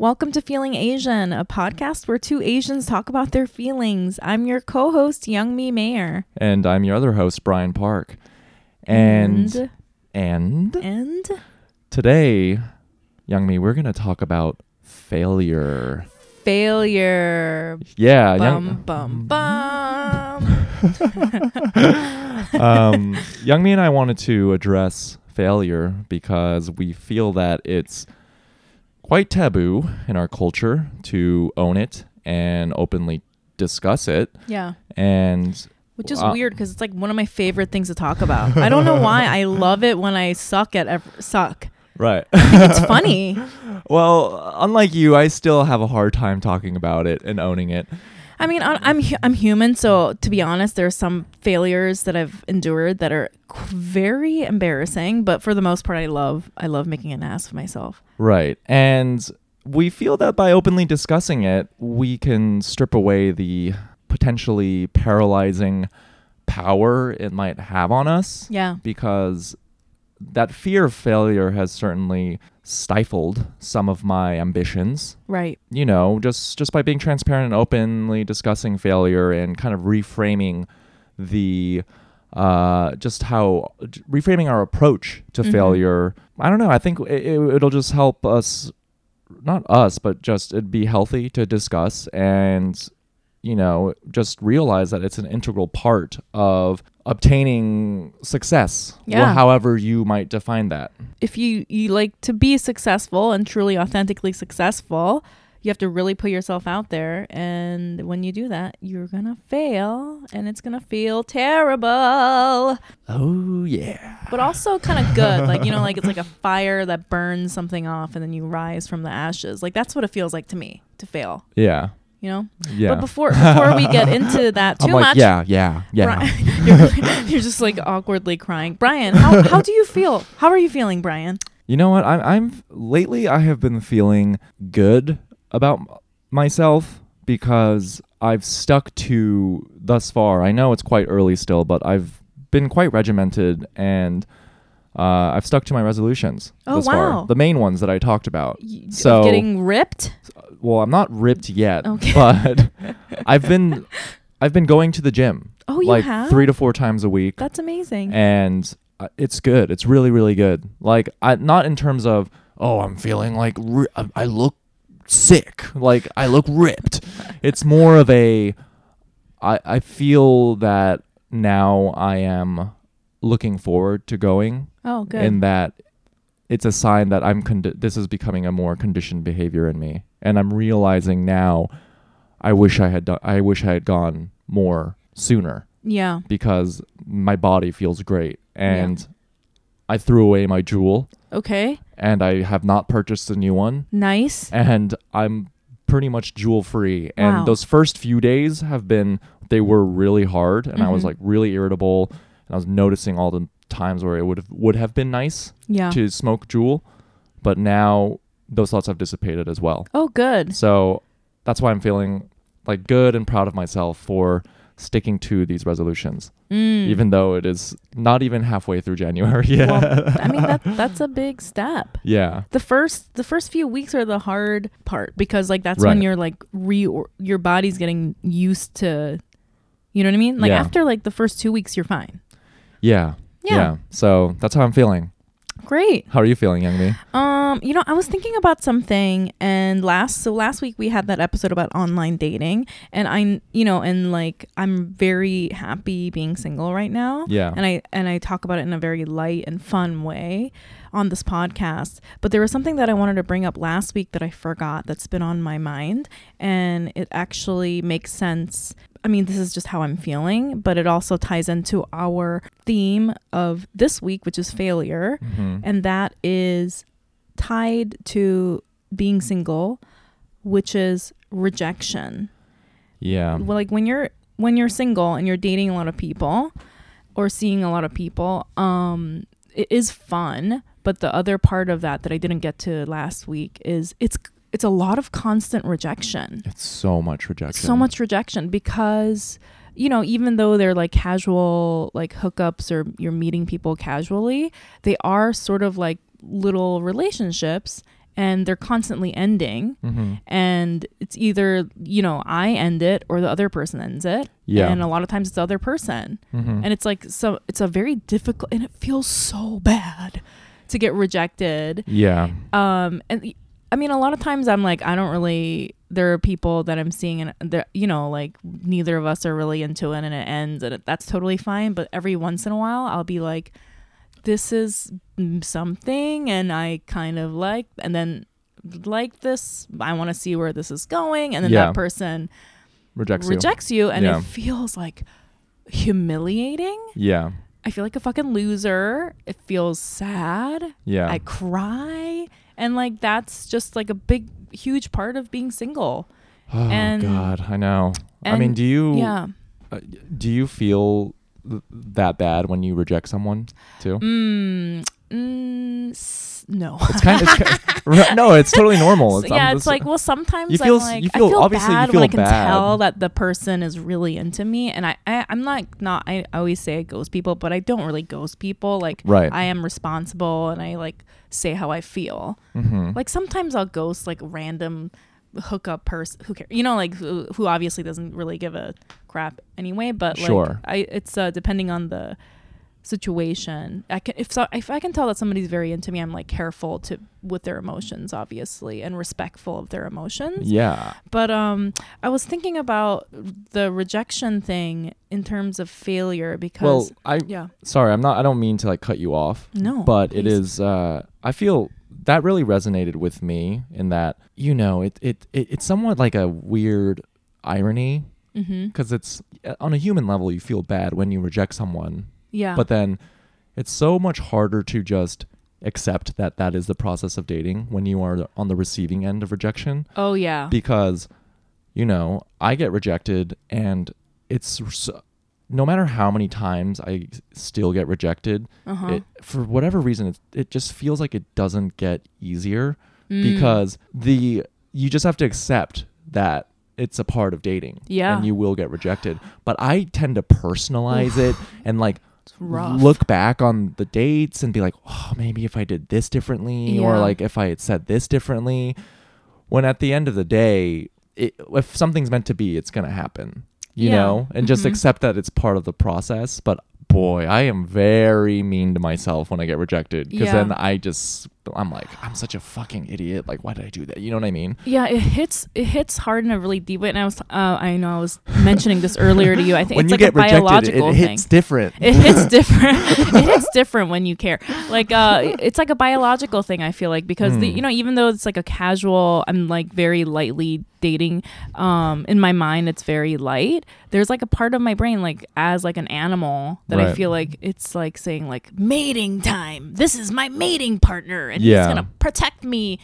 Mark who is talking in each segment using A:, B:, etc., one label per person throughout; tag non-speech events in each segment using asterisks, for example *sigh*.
A: Welcome to Feeling Asian, a podcast where two Asians talk about their feelings. I'm your co host, Young Me Mayer.
B: And I'm your other host, Brian Park. And and,
A: And
B: today, Young Me, we're gonna talk about failure.
A: failure.
B: Yeah,
A: Bum,
B: Uh, Young
A: bum, bum.
B: *laughs* um, Young Me and I wanted to address failure because we feel that it's quite taboo in our culture to own it and openly discuss it.
A: *laughs* yeah.
B: And
A: Which is
B: Wow.
A: weird because it's like one of my favorite things to talk about. I don't
B: *laughs*
A: know why. I love it when I suck at ev- suck.
B: right. *laughs*
A: It's funny.
B: well, unlike you, I still have a hard time talking about it and owning it.
A: I mean, I- I'm hu- I'm human, so to be honest, there are some failures that I've endured that are qu- very embarrassing. But for the most part, I love I love making an ass of myself.
B: Right. And we feel that by openly discussing it, we can strip away the potentially paralyzing power it might have on us
A: Yeah,
B: because that fear of failure has certainly stifled some of my ambitions.
A: right.
B: You know, just just by being transparent and openly discussing failure and kind of reframing the uh, just how j- reframing our approach to
A: Mhm.
B: failure. I don't know. I think it, it, it'll just help us, not us, but just it'd be healthy to discuss and, you know, just realize that it's an integral part of obtaining success, wh-
A: Yeah.
B: however you might define that.
A: If you you like to be successful and truly authentically successful, you have to really put yourself out there. And when you do that, you're gonna fail, and it's gonna feel terrible.
B: Oh yeah.
A: but also kind of good. Like you know, like it's like a fire that burns something off, and then you rise from the ashes. Like that's what it feels like to me to fail.
B: Yeah.
A: You know.
B: Yeah.
A: But before before we get
B: *laughs*
A: into that too
B: I'm like,
A: much,
B: yeah, yeah, yeah. *laughs*
A: Bri- *laughs* you're, you're just like awkwardly crying. Brian, how how do you feel? How are you feeling, Brian?
B: You know what? I'm, I'm lately I have been feeling good about m- myself because I've stuck to thus far. I know it's quite early still, but I've been quite regimented and uh, I've stuck to my resolutions.
A: Oh,
B: thus
A: wow.
B: Far. The main ones that I talked about.
A: Y- of
B: Uh, So-
A: getting ripped.
B: Well, I'm not ripped yet,
A: Okay.
B: but *laughs* I've been I've been going to the gym
A: *laughs* Oh, you
B: like
A: have.
B: three to four times a week
A: That's amazing.
B: and uh, it's good. It's really, really good. Like, I not in terms of oh, I'm feeling like ri- I, I look sick, like I look ripped. it's more of a I I feel that now I am looking forward to going,
A: oh, good.
B: and that it's a sign that I'm condi- this is becoming a more conditioned behavior in me, and I'm realizing now I wish I had done I wish I had gone more sooner
A: yeah.
B: because my body feels great and I threw away my jewel
A: Okay.
B: and I have not purchased a new one
A: Nice.
B: and I'm pretty much jewel free and
A: Wow.
B: those first few days have been they were really hard and I was
A: Mhm.
B: like really irritable and I was noticing all the times where it would have, would have been nice
A: Yeah.
B: to smoke jewel but now those thoughts have dissipated as well
A: Oh, good.
B: so that's why I'm feeling like good and proud of myself for sticking to these resolutions
A: Mm.
B: even though it is not even halfway through January yet.
A: Well, I mean that that's a big step.
B: *laughs* yeah.
A: the first the first few weeks are the hard part because like that's when
B: Right.
A: you're like re your body's getting used to you know what I mean? Like
B: Yeah.
A: after like the first 2 weeks you're fine.
B: yeah.
A: Yeah.
B: So that's how I'm feeling.
A: Great.
B: How are you feeling, young me?
A: Um you know, I was thinking about something and last so last week we had that episode about online dating and I you know and like I'm very happy being single right now.
B: Yeah.
A: and I and I talk about it in a very light and fun way on this podcast. But there was something that I wanted to bring up last week that I forgot that's been on my mind and it actually makes sense. I mean, this is just how I'm feeling, but it also ties into our theme of this week, which is failure,
B: Mhm.
A: and that is tied to being single, which is rejection
B: Yeah.
A: well, like when you're when you're single and you're dating a lot of people or seeing a lot of people um it is fun but the other part of that that i didn't get to last week is it's it's a lot of constant rejection
B: It's so much rejection.
A: so much rejection because you know even though they're like casual like hookups or you're meeting people casually they are sort of like little relationships and they're constantly ending
B: Mm-hmm.
A: and it's either you know i end it or the other person ends it
B: Yeah.
A: and a lot of times it's the other person
B: mm-hmm.
A: and it's like so it's a very difficult and it feels so bad to get rejected
B: yeah.
A: um and i mean a lot of times i'm like i don't really there are people that i'm seeing and that you know like neither of us are really into it and it ends and it, that's totally fine but every once in a while i'll be like this is mm, something and i kind of like and then like this i want to see where this is going and then
B: Yeah.
A: that person
B: Rejects you.
A: rejects you and
B: Yeah.
A: it feels like humiliating
B: Yeah.
A: i feel like a fucking loser it feels sad
B: Yeah.
A: I cry. And like that's just like a big huge part of being single.
B: oh
A: and-
B: God, I know. I mean,
A: and-
B: do you
A: Yeah.
B: uh, do you feel th- that bad when you reject someone too?
A: Mm, mm, s- no.
B: It's kind
A: *laughs*
B: of it's, ki- *laughs* no, it's totally normal. I'm
A: yeah, it's
B: just-
A: like well, sometimes
B: You feel
A: I'm
B: s-
A: like
B: you feel-
A: I feel
B: obviously you
A: bad when I
B: feel
A: can
B: bad.
A: tell that the person is really into me, and I, I I'm like not I always say I ghost people, but I don't really ghost people. Like
B: Right.
A: I am responsible, and I like say how I feel.
B: Mhm.
A: Like sometimes I'll ghost like random hookup person who cares, you know, like who, who obviously doesn't really give a crap anyway. But like,
B: Sure.
A: I it's uh, depending on the situation. I can if so if I can tell that somebody's very into me, I'm like careful to with their emotions, obviously, and respectful of their emotions.
B: yeah,
A: But um, I was thinking about the rejection thing in terms of failure
B: well,
A: because
B: I
A: yeah,
B: sorry, I'm not. I don't mean to like cut you off.
A: no,
B: but it
A: please.
B: is uh, i feel that really resonated with me in that you know it, it, it it's somewhat like a weird irony
A: Mhm.
B: because it's uh, on a human level you feel bad when you reject someone
A: yeah,
B: but then it's so much harder to just accept that that is the process of dating when you are on the receiving end of rejection
A: oh yeah,
B: because you know i get rejected and it's s- no matter how many times i still get rejected
A: uh huh,
B: it, for whatever reason it, it just feels like it doesn't get easier
A: Mm.
B: because the you just have to accept that it's a part of dating
A: Yeah.
B: and you will get rejected but i tend to personalize it and like
A: rough.
B: look back on the dates and be like oh maybe if i did this differently or
A: Yeah.
B: like if i had said this differently when at the end of the day it, if something's meant to be it's gonna happen you
A: Yeah.
B: know and just
A: Mhm.
B: accept that it's part of the process but boy i am very mean to myself when i get rejected because
A: Yeah.
B: then i just i'm like i'm such a fucking idiot like why did i do that you know what i mean
A: Yeah, it hits it hits hard in a really deep way. And I was uh, I know I was mentioning this earlier to you. I think
B: when
A: it's
B: you
A: like
B: get
A: a
B: rejected
A: biological
B: it
A: thing.
B: hits different
A: it
B: *laughs*
A: hits different. it hits different when you care. Like uh, it's like a biological thing. I feel like because the,
B: Hmm.
A: you know even though it's like a casual, I'm like very lightly dating. Um, in my mind, it's very light. There's like a part of my brain like as like an animal that I
B: Right.
A: feel like it's like saying like mating time. This is my mating partner, and
B: Yeah.
A: he's gonna protect me.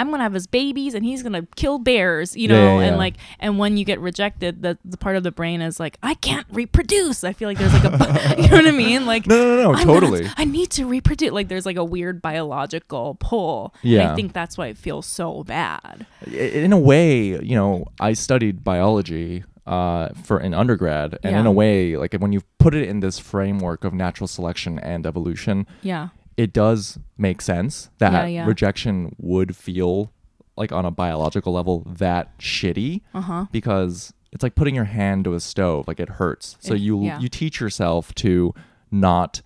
A: I'm gonna have his babies, and he's gonna kill bears. You
B: Yeah,
A: know,
B: yeah, yeah.
A: and like and when you get rejected, the, the part of the brain is like, I can't reproduce. I feel like there's like a, *laughs* you know what I mean? Like,
B: no no no, no
A: I'm gonna-
B: totally
A: I need to reproduce. Like, there's like a weird biological pull. And
B: Yeah.
A: I think that's why it feels so bad.
B: I- in a way, you know, I studied biology uh, for in undergrad, and in
A: Yeah.
B: a way, like when you put it in this framework of natural selection and evolution,
A: Yeah.
B: it does make sense that
A: Yeah, yeah.
B: rejection would feel like on a biological level that shitty
A: Uh huh.
B: because it's like putting your hand to a stove, like it hurts. So
A: It-
B: you
A: yeah.
B: you teach yourself to not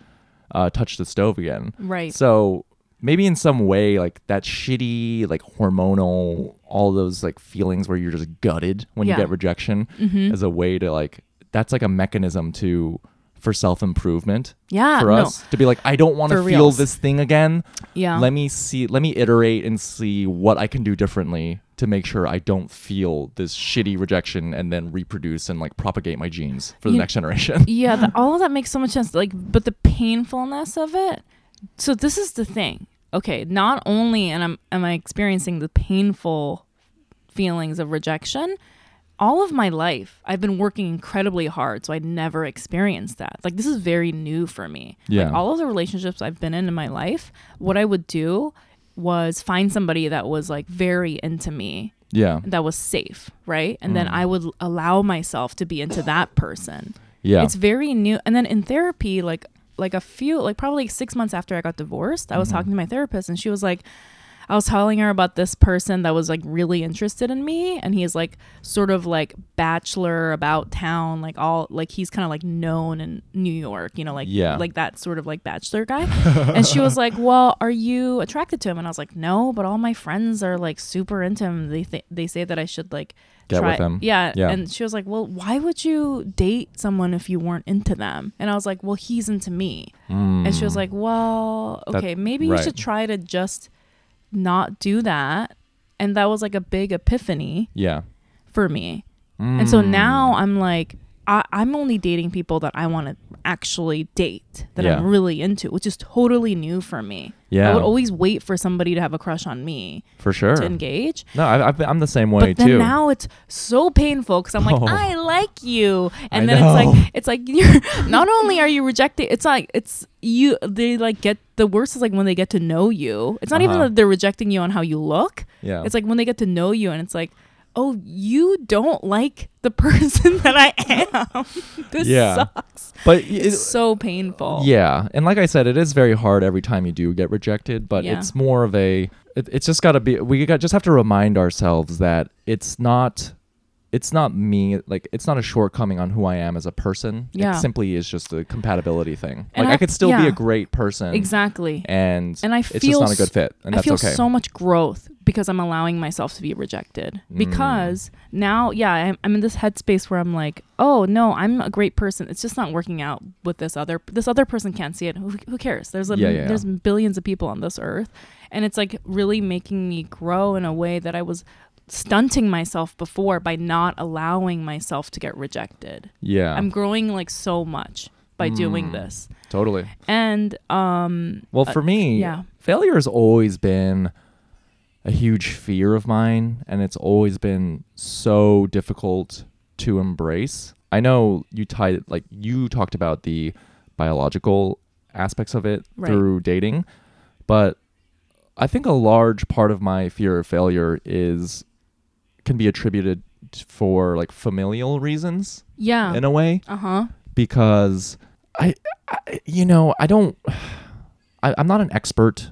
B: uh, touch the stove again.
A: Right.
B: So maybe in some way, like that shitty, like hormonal, all those like feelings where you're just gutted when
A: Yeah.
B: you get rejection
A: Mhm.
B: as a way to like, that's like a mechanism to, for self improvement
A: yeah.
B: for
A: Ah, no.
B: us to be like, I don't want to
A: For
B: feel
A: reals.
B: this thing again.
A: Yeah.
B: Let me see, let me iterate and see what I can do differently to make sure I don't feel this shitty rejection and then reproduce and like propagate my genes for the
A: You- *laughs*
B: next generation.
A: yeah. The, all of that makes so much sense. Like, but the painfulness of it. So this is the thing. Okay. Not only and I'm am I experiencing the painful feelings of rejection. All of my life, I've been working incredibly hard, so I never experienced that. Like, this is very new for me.
B: Yeah.
A: Like, all of the relationships I've been in in my life, what I would do was find somebody that was like very into me,
B: yeah.
A: *laughs* that was safe, right? And then I would allow myself to be into that person
B: Yeah.
A: it's very new and then in therapy
B: Mm-hmm.
A: like like a few like probably six months after i got divorced i was talking to my therapist and she was like I was telling her about this person that was like really interested in me, and he's like sort of like bachelor about town, like all like he's kind of like known in New York, you know, like
B: Yeah.
A: like that sort of like bachelor
B: *laughs*
A: guy. and she was like, "Well, are you attracted to him?" And I was like, "No, but all my friends are like super into him. They th- they say that I should like
B: Get
A: try
B: with him.
A: Yeah.
B: Yeah.
A: And she was like, "Well, why would you date someone if you weren't into them?" And I was like, "Well, he's into me." And she was like, "Well,
B: Hmm. That-
A: okay, maybe you
B: right.
A: should try to just not do that." And that was like a big epiphany
B: Yeah.
A: for me. And
B: Hmm.
A: so now I'm like, I, I'm only dating people that I want to actually date, that I'm
B: Yeah.
A: really into, which is totally new for me. I
B: Yeah.
A: would always wait for somebody to have a crush on me
B: For sure.
A: to engage.
B: No, I, I've, been- I'm the same way
A: But then
B: too.
A: now it's so painful because I'm like,
B: Oh.
A: I like you, and
B: I
A: then
B: know.
A: it's like, it's like you're *laughs* not only are you rejecting, it's like it's you. They like get the worst is like when they get to know you. It's not even
B: Uh-huh.
A: that they're rejecting you on how you look.
B: yeah.
A: It's like when they get to know you, and it's like, oh, you don't like the *laughs* person that I am. *laughs* this
B: Yeah.
A: sucks.
B: but y- it-
A: It's so painful.
B: Yeah, and like I said, it is very hard every time you do get rejected, but
A: Yeah.
B: it's more of a. It, it's just got to be. We got just have to remind ourselves that it's not. It's not me. Like it's not a shortcoming on who I am as a person.
A: Yeah.
B: It simply is just a compatibility thing.
A: And
B: like I,
A: I-
B: could still be
A: yeah.
B: a great person.
A: Exactly.
B: And
A: And I
B: it's
A: feel
B: just not a
A: s-
B: good fit, and
A: I
B: that's
A: feel
B: okay.
A: so much growth because I'm allowing myself to be rejected.
B: Mm.
A: Because now, yeah, I'm, I'm in this headspace where I'm like, oh no, I'm a great person. It's just not working out with this other. This other person can't see it. Who, who cares? There's a,
B: Yeah, yeah, yeah.
A: there's billions of people on this earth, and it's like really making me grow in a way that I was stunting myself before by not allowing myself to get rejected.
B: yeah, Mm.
A: I'm growing like so much by doing this,
B: totally.
A: and um,
B: Well, for me,
A: yeah.
B: failure has always been a huge fear of mine, and it's always been so difficult to embrace. I know you tied like you talked about the biological aspects of it
A: Right.
B: through dating, but I think a large part of my fear of failure is can be attributed t- for like familial reasons
A: yeah,
B: in a way
A: uh huh.
B: because I, I you know, I don't, *sighs* I, I'm not an expert.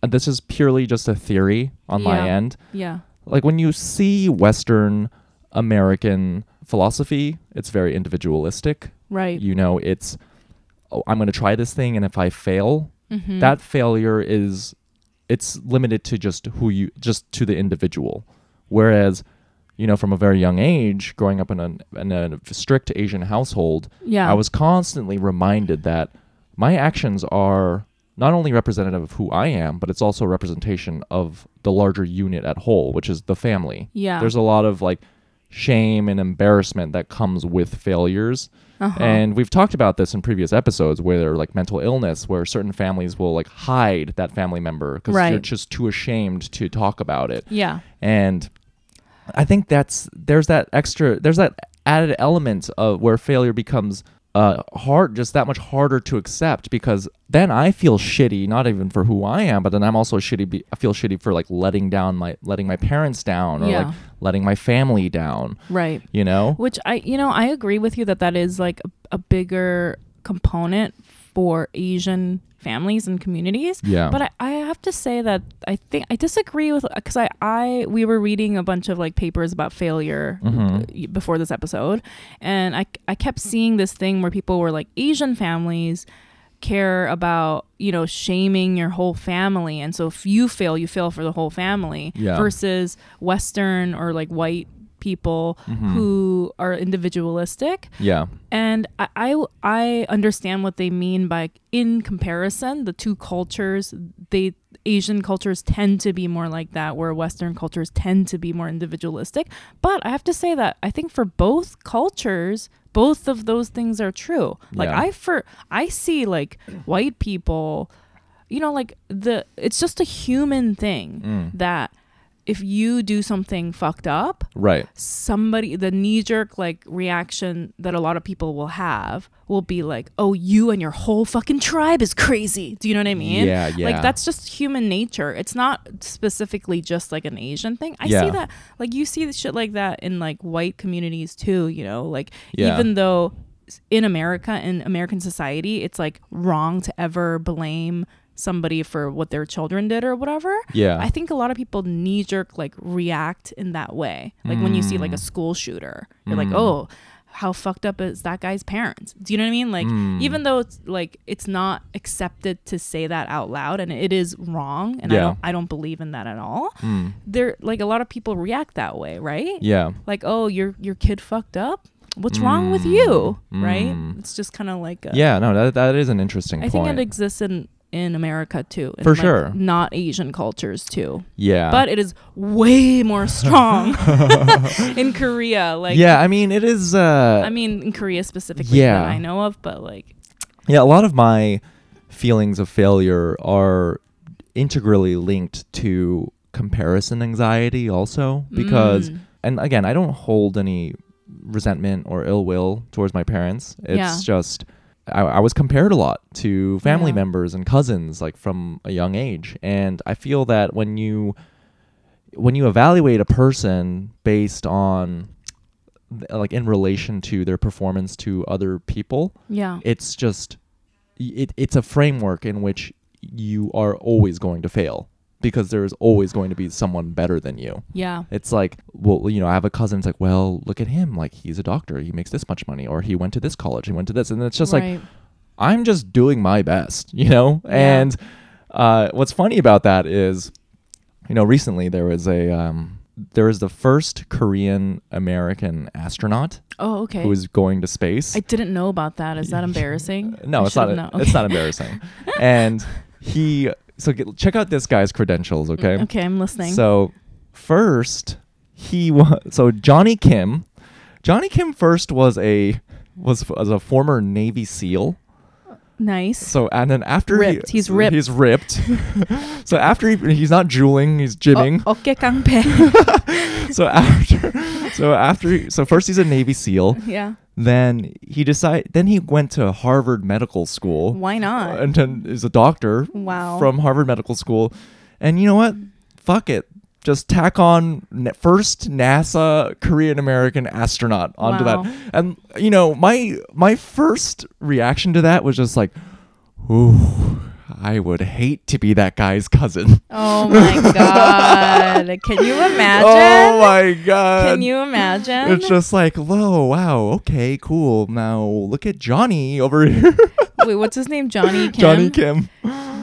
B: Uh, This is purely just a theory on my
A: Yeah.
B: end.
A: Yeah.
B: Like when you see Western American philosophy, it's very individualistic.
A: Right.
B: You know, it's, oh, I'm going to try this thing, and if I fail,
A: Mhm.
B: that failure is it's limited to just who you just to the individual whereas you know from a very young age growing up in a, in a strict asian household
A: Yeah.
B: i was constantly reminded that my actions are not only representative of who i am but it's also a representation of the larger unit at whole which is the family
A: Yeah.
B: there's a lot of like shame and embarrassment that comes with failures
A: Uh-huh.
B: and we've talked about this in previous episodes where there are like mental illness where certain families will like hide that family member because
A: Right.
B: they're just too ashamed to talk about it.
A: yeah.
B: And I think that's there's that extra there's that added element of where failure becomes uh hard just that much harder to accept because then I feel shitty not even for who I am but then I'm also shitty be, I feel shitty for like letting down my letting my parents down or
A: Yeah.
B: like letting my family down,
A: Right.
B: you know?
A: Which I, you know, I agree with you that that is like a, a bigger component for Asian families and communities.
B: Yeah.
A: But I, I have to say that I think I disagree with because I, I we were reading a bunch of like papers about failure uh, before this episode, and I I kept seeing this thing where people were like Asian families care about you know shaming your whole family, and so if you fail, you fail for the whole family
B: Yeah.
A: versus Western or like white people who are individualistic
B: yeah.
A: and I, I I understand what they mean by in comparison the two cultures they Asian cultures tend to be more like that where Western cultures tend to be more individualistic but I have to say that I think for both cultures both of those things are true like
B: Yeah.
A: I for I see like white people you know like the it's just a human thing that if you do something fucked up
B: Right.
A: somebody the knee jerk like reaction that a lot of people will have will be like, "Oh, you and your whole fucking tribe is crazy." Do you know what I mean?
B: Yeah, yeah.
A: Like that's just human nature. It's not specifically just like an Asian thing. I
B: Yeah.
A: see that like you see the shit like that in like white communities too, you know, like
B: Yeah.
A: even though in America in American society, it's like wrong to ever blame somebody for what their children did or whatever.
B: Yeah.
A: I think a lot of people knee jerk like react in that way. Like when you see like a
B: Mm.
A: school shooter, you're like, oh, how fucked up is that guy's parents? Do you know what I mean? Like
B: Mm.
A: even though it's like it's not accepted to say that out loud and it is wrong and I
B: Yeah. Mm.
A: don't I don't believe in that at all. There like a lot of people react that way, right?
B: yeah.
A: Like, oh, your your kid fucked up? What's wrong with you? Right? It's just kind of like a,
B: Mm. Yeah, no, that, that is an interesting
A: I
B: point.
A: think it exists in in America too. in,
B: For
A: like,
B: sure.
A: Not Asian cultures too.
B: yeah.
A: But it is way more
B: *laughs*
A: strong in Korea. Like
B: yeah, I mean, it is. Uh,
A: I mean in Korea specifically
B: Yeah.
A: that I know of, but like
B: yeah, a lot of my feelings of failure are integrally linked to comparison anxiety, also, because,
A: mm,
B: and again, I don't hold any resentment or ill will towards my parents. It's
A: Yeah.
B: just. I, I was compared a lot to family
A: Yeah.
B: members and cousins, like from a young age, and I feel that when you when you evaluate a person based on like in relation to their performance to other people
A: yeah.
B: it's just it, it's a framework in which you are always going to fail because there is always going to be someone better than you
A: yeah.
B: it's like well you know i have a cousin it's like well look at him like he's a doctor he makes this much money or he went to this college he went to this and it's just like
A: right.
B: I'm just doing my best, you know?
A: Yeah.
B: And uh, what's funny about that is, you know, recently there was a, um, there was the first Korean American astronaut
A: Oh, okay.
B: who was going to space.
A: I didn't know about that. Is
B: *laughs*
A: that embarrassing?
B: Uh, no,
A: I
B: it's not,
A: should've known. *laughs*
B: it's not embarrassing. and he, so get, check out this guy's credentials, okay?
A: Mm, Okay, I'm listening.
B: So first he was, so Johnny Kim, Johnny Kim first was a, was, was a former Navy SEAL.
A: nice.
B: So and then after he-
A: Ripped. He's ripped.
B: He's ripped. *laughs* so after he, he's not jeweling,
A: Oh,
B: he's jibbing.
A: O- okay,
B: *laughs*
A: Kangpe.
B: So after, so after, he- so first he's a Navy SEAL.
A: yeah.
B: Then he decide. Then he went to Harvard Medical School.
A: Why not?
B: And then is a doctor.
A: Wow.
B: From Harvard Medical School, and you know what? Fuck it. Just tack on na- first NASA Korean American astronaut onto
A: Wow.
B: that, and you know my my first reaction to that was just like, ooh, I would hate to be that guy's cousin.
A: Oh my god. Can you imagine?
B: *laughs* Oh my god!
A: Can you imagine?
B: It's just like, whoa, wow, okay, cool. Now look at Johnny
A: *laughs*
B: over here,
A: Wait, what's his name? Johnny Kim.
B: Johnny Kim.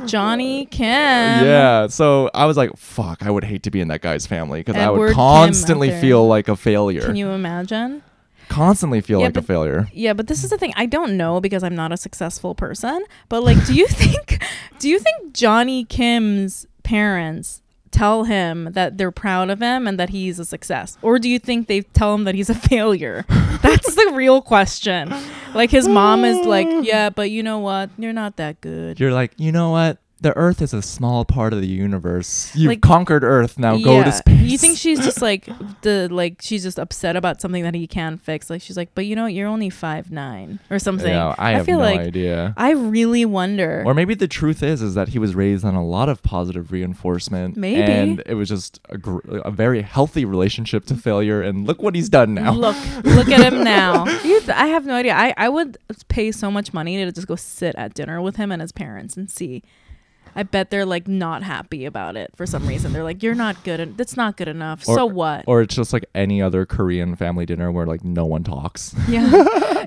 A: Johnny Kim.
B: yeah.
A: Um,
B: So I was like, fuck, I would hate to be in that guy's family because I
A: Edward
B: would
A: Kim out
B: constantly
A: there.
B: feel like a failure.
A: Can you imagine?
B: constantly feel
A: Yeah,
B: like a
A: but-
B: failure.
A: Yeah, but this is the thing. I don't know because I'm not a successful person. But like, do you *laughs* think, do you think Johnny Kim's parents tell him that they're proud of him and that he's a success, or do you think they tell him that he's a failure? That's the real question. Like his mom is like, yeah, but you know what? You're not that good.
B: *laughs* You're like, you know what? The Earth is a small part of the universe. You've
A: Like-
B: conquered Earth. Now go to space.
A: You think she's just like the like she's just upset about something that he can fix. Like she's like, but you know, you're only five nine or something.
B: *laughs* Yeah, I have
A: feel
B: no
A: like
B: idea.
A: I really wonder.
B: Or maybe the truth is is that he was raised on a lot of positive reinforcement,
A: Maybe.
B: and it was just a, gr- a very healthy relationship to failure. And look what he's done now.
A: Look, look at him now. *laughs* You th- I have no idea. I, I would pay so much money to just go sit at dinner with him and his parents and see. I bet they're like not happy about it for some reason. They're like, you're not good. And that's not good enough.
B: Or-
A: so what?
B: *laughs* Or it's just like any other Korean family dinner where like no one talks. *laughs*
A: Yeah.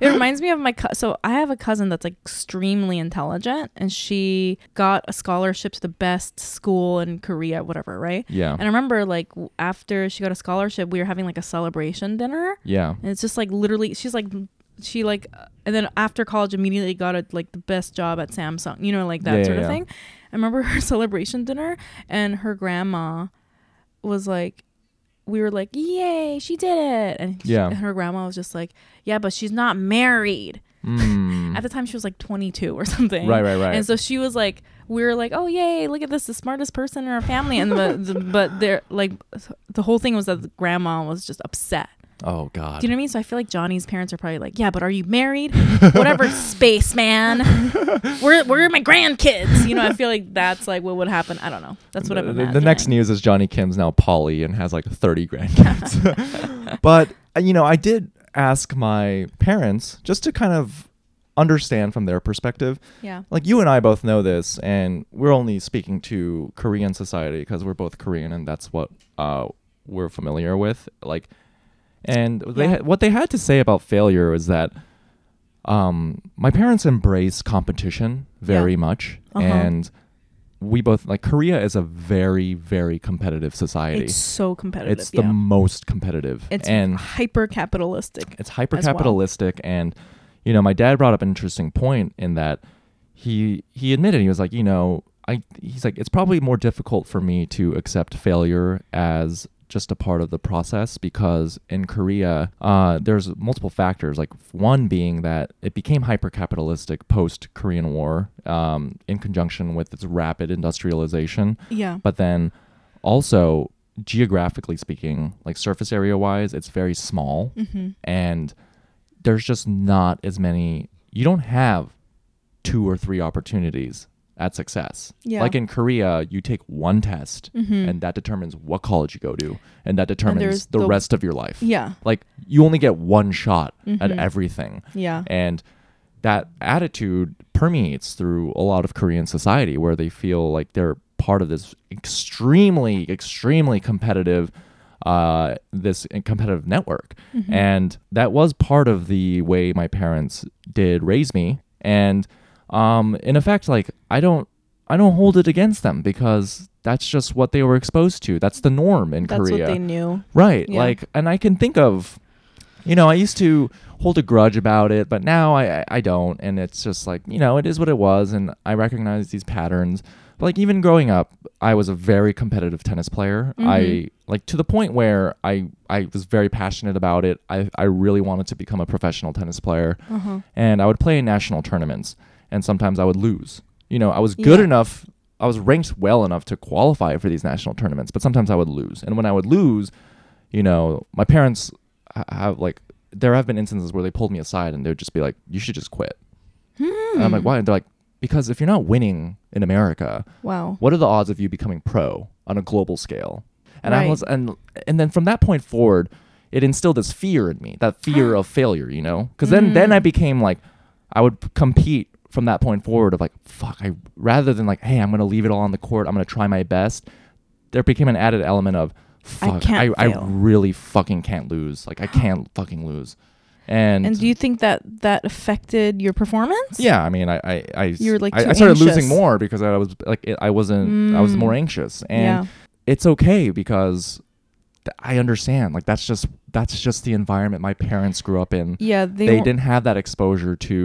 A: it reminds me of my co- so I have a cousin that's like extremely intelligent and she got a scholarship to the best school in Korea whatever, right?
B: Yeah.
A: And I remember like w- after she got a scholarship, we were having like a celebration dinner
B: yeah.
A: and it's just like literally she's like she like uh, and then after college immediately got a, like the best job at Samsung, you know, like that
B: Yeah,
A: sort
B: yeah,
A: of
B: yeah.
A: thing. I remember her *laughs* celebration dinner and her grandma was like we were like, "Yay, she did it." And she-
B: Yeah.
A: and her grandma was just like, "Yeah, but she's not married." *laughs*
B: Mm.
A: At the time she was like 22 or something.
B: Right, right, right.
A: And so she was like we were like, "Oh, yay, look at this, the smartest person in our family." And the, the but they're like the whole thing was that the grandma was just upset.
B: oh God.
A: Do you know what I mean? So I feel like Johnny's parents are probably like, "Yeah, but are you married?
B: *laughs*
A: Whatever, spaceman. Where where are my grandkids?" You know, I feel like that's like what would happen. I don't know. That's what I'm
B: the,
A: imagining.
B: the next news is Johnny Kim's now poly and has like 30 grandkids.
A: *laughs*
B: but uh, you know, I did ask my parents just to kind of understand from their perspective.
A: Yeah.
B: Like you and I both know this, and we're only speaking to Korean society because we're both Korean, and that's what uh, we're familiar with. Like, and they
A: Yeah.
B: ha- what they had to say about failure is that um, my parents embrace competition very
A: Yeah.
B: much,
A: Uh-huh.
B: and we both like Korea is a very very competitive society.
A: It's so competitive.
B: It's the
A: yeah.
B: most competitive,
A: it's
B: and
A: hyper capitalistic.
B: it's hyper
A: as well.
B: capitalistic and you know my dad brought up an interesting point in that he he admitted he was like you know i he's like it's probably more difficult for me to accept failure as just a part of the process because in korea uh, there's multiple factors like one being that it became hyper capitalistic post korean war um, in conjunction with its rapid industrialization
A: Yeah.
B: but then also geographically speaking like surface area wise it's very small
A: mm-hmm.
B: and there's just not as many you don't have two or three opportunities at success
A: Yeah.
B: like in korea you take one test
A: Mhm.
B: and that determines what college you go to and that
A: there's
B: determines the,
A: the-
B: rest of your life
A: Yeah.
B: like you only get one shot at
A: Mhm.
B: everything
A: Yeah.
B: and that attitude permeates through a lot of Korean society where they feel like they're part of this extremely, extremely competitive, uh, this competitive network.
A: Mm-hmm.
B: And that was part of the way my parents did raise me. And um, in effect, like I don't, I don't hold it against them because that's just what they were exposed to. That's the norm in
A: That's
B: Korea.
A: what they knew.
B: Right.
A: Yeah.
B: Like, and I can think of, you know, I used to hold a grudge about it, but now I, I- I don't. And it's just like, you know, it is what it was. And I recognize these patterns. But like, even growing up, I was a very competitive tennis player. I,
A: Mhm.
B: like, to the point where I, I was very passionate about it. I, I really wanted to become a professional tennis player.
A: Uh huh.
B: And I would play in national tournaments. And sometimes I would lose. You know, I was good
A: Yeah.
B: enough. I was ranked well enough to qualify for these national tournaments, but sometimes I would lose. And when I would lose, you know, my parents ha- have like there have been instances where they pulled me aside and they would just be like, "You should just quit." And
A: Hmm.
B: I'm like, "Why?" And they're like, "Because if you're not winning in America,
A: Wow.
B: what are the odds of you becoming pro on a global scale?" And I
A: Right.
B: was, and and then from that point forward, it instilled this fear in me, that fear of failure, you know, because then then I
A: Mm.
B: became like, I would p- compete from that point forward of like, fuck, I rather than like, hey, I'm gonna leave it all on the court, I'm gonna try my best. There became an added element of,
A: I
B: fuck, I,
A: can't
B: I,
A: fail.
B: really fucking can't lose. Like I can't fucking lose. And,
A: And do you think that that affected your performance?
B: yeah, I mean, I I I,
A: You were, like,
B: I,
A: too
B: I started
A: anxious.
B: losing more because I was like, it, I wasn't, I was
A: Mm.
B: more anxious, and
A: Yeah.
B: it's okay because th- I understand. Like that's just that's just the environment my parents grew up in.
A: Yeah. They,
B: They,
A: won't-
B: didn't have that exposure to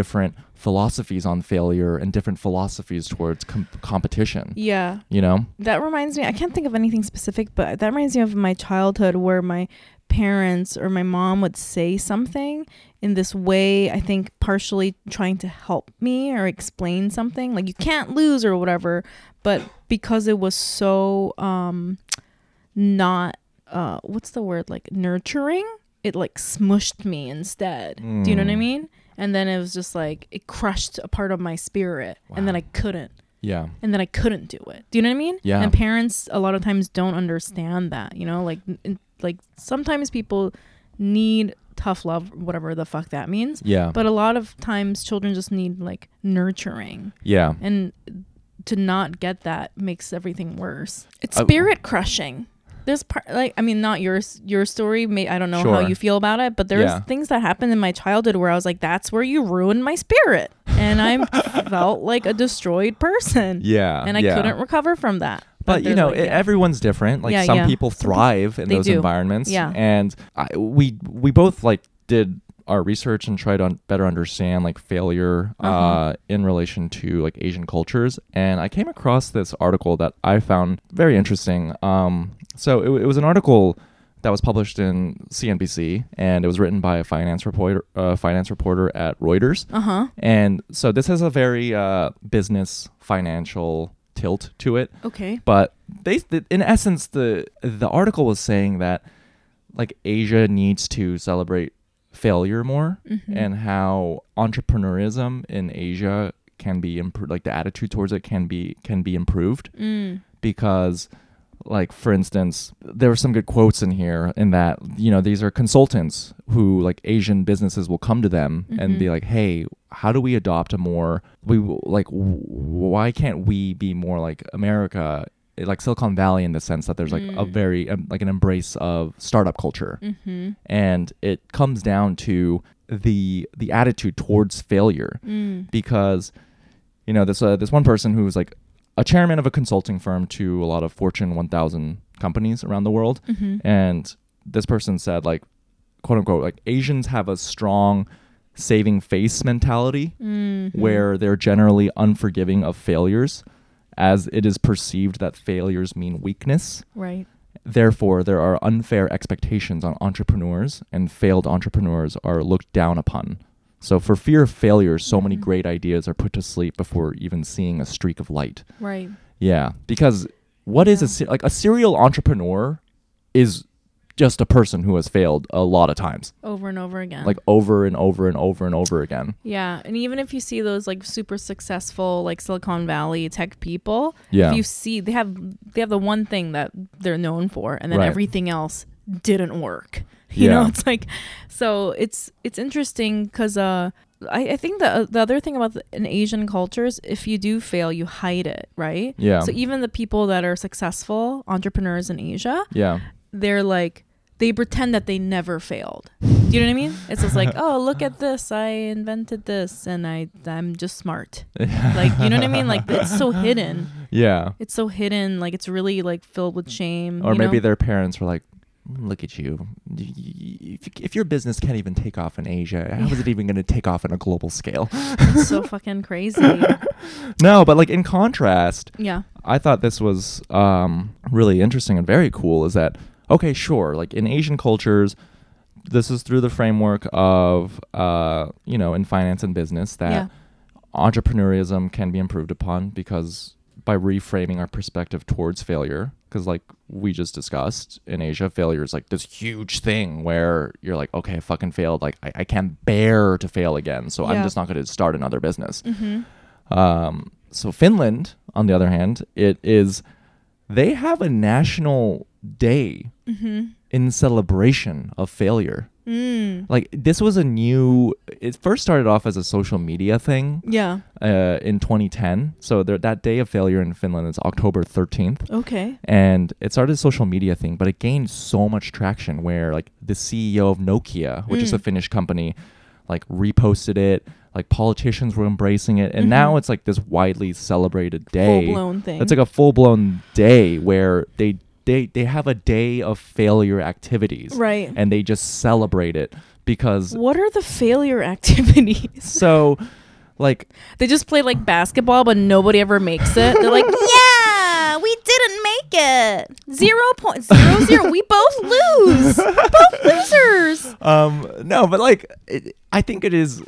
B: different philosophies on failure and different philosophies towards com- competition.
A: Yeah.
B: You know?
A: That reminds me, I can't think of anything specific, but that reminds me of my childhood where my parents or my mom would say something in this way, I think partially trying to help me or explain something, like you can't lose or whatever, but because it was so um not uh what's the word like nurturing, it like smushed me instead. Do you know what I
B: Mm.
A: mean? And then it was just like it crushed a part of my spirit and then
B: Wow.
A: I couldn't
B: Yeah.
A: and then I couldn't do it. Do you know what I mean?
B: Yeah.
A: And parents a lot of times don't understand that. You know, like n- n- like sometimes people need tough love, whatever the fuck that means.
B: Yeah.
A: But a lot of times children just need like nurturing,
B: yeah.
A: and to not get that makes everything worse. It's
B: I-
A: spirit crushing. There's part like I mean not your s- your story. May I don't know how
B: Sure.
A: you feel about it, but there's
B: Yeah.
A: things that happened in my childhood where I was like, that's where you ruined my spirit, and
B: *laughs*
A: I felt like a destroyed person
B: Yeah.
A: and I
B: yeah.
A: couldn't recover from that.
B: but you
A: there's,
B: know e-,
A: like,
B: it,
A: yeah.
B: everyone's different like
A: Yeah,
B: some
A: yeah.
B: people
A: Some peop-
B: thrive in
A: they
B: those
A: do.
B: environments
A: Yeah.
B: and I, we we both like did our research and tried to un- better understand like failure uh
A: Uh-huh.
B: in relation to like asian cultures and i came across this article that i found very interesting um, so it, w- it was an article that was published in cnbc and it was written by a finance reporter uh, finance reporter at reuters
A: uh-huh.
B: and so this has a very uh, business financial tilt to it
A: Okay.
B: but they th- in essence the the article was saying that like asia needs to celebrate failure more
A: Mhm.
B: and how entrepreneurism in asia can be improved like the attitude towards it can be can be improved
A: Mm.
B: because like for instance there were some good quotes in here in that you know these are consultants who like asian businesses will come to them and be
A: Mhm.
B: like hey how do we adopt a more we like w- why can't we be more like america like silicon valley in the sense that there's like a
A: Mm.
B: very um, like an embrace of startup culture
A: Mm-hmm.
B: and it comes down to the the attitude towards failure
A: Mm.
B: because you know this uh, this one person who was like a chairman of a consulting firm to a lot of Fortune 1000 companies around the world,
A: Mm-hmm.
B: and this person said like quote unquote like Asians have a strong saving face mentality
A: Mm-hmm.
B: where they're generally unforgiving of failures as it is perceived that failures mean weakness
A: right.
B: therefore there are unfair expectations on entrepreneurs and failed entrepreneurs are looked down upon so for fear of failure so many
A: Mhm.
B: great ideas are put to sleep before even seeing a streak of light
A: Right.
B: yeah because what is a se- like a serial entrepreneur is just a person who has failed a lot of times
A: Over and over again.
B: like over and over and over and over again
A: Yeah, and even if you see those like super successful like Silicon Valley tech people,
B: Yeah.
A: if you see they have they have the one thing that they're known for, and then
B: Right.
A: everything else didn't work. *laughs* You
B: Yeah.
A: know, it's like so it's it's interesting because uh, I, I think the the other thing about the, in Asian cultures, if you do fail, you hide it, right?
B: yeah
A: So e- even the people that are successful entrepreneurs in Asia,
B: yeah
A: they're like they pretend that they never failed. Do you
B: *laughs*
A: know what I mean? It's just like, oh, look at this. I invented this and I I'm just smart. Like, you know what I mean? Like it's so hidden.
B: yeah
A: It's so hidden. Like it's really like filled with shame.
B: or
A: you
B: maybe
A: know?
B: their parents were like "Mm, look at you Y- y- if, if your business can't even take off in asia how is it even going to take off on a global scale *gasps*
A: it's
B: *laughs*
A: so fucking crazy.
B: no but like in contrast
A: Yeah.
B: i thought this was um, really interesting and very cool is that okay sure like in asian cultures this is through the framework of uh, you know in finance and business that
A: Yeah.
B: entrepreneurism can be improved upon because by reframing our perspective towards failure because like we just discussed in asia failure is like this huge thing where you're like okay i fucking failed like i, I can't bear to fail again so i'm
A: Yeah.
B: just not going to start another business
A: Mhm.
B: um, so finland on the other hand it is they have a national day
A: Mhm.
B: in celebration of failure
A: Mm.
B: like this was a new it first started off as a social media thing
A: Yeah.
B: uh, in 2010. So there, that day of failure in Finland is October 13th.
A: Okay.
B: And it started a social media thing, but it gained so much traction where like the CEO of Nokia, which is
A: Mm.
B: a Finnish company, like reposted it, like politicians were embracing it. And
A: Mhm.
B: now it's like this widely celebrated day.
A: Full blown thing.
B: It's like a full blown day where they, they, they have a day of failure activities
A: right.
B: and they just celebrate it because
A: What are the failure *laughs* activities?
B: so like
A: They just play like basketball, but nobody ever makes it. They're
B: *laughs*
A: like, yeah, we didn't make it. Zero point zero zero. We both lose. Both losers.
B: um no but like it, i think it is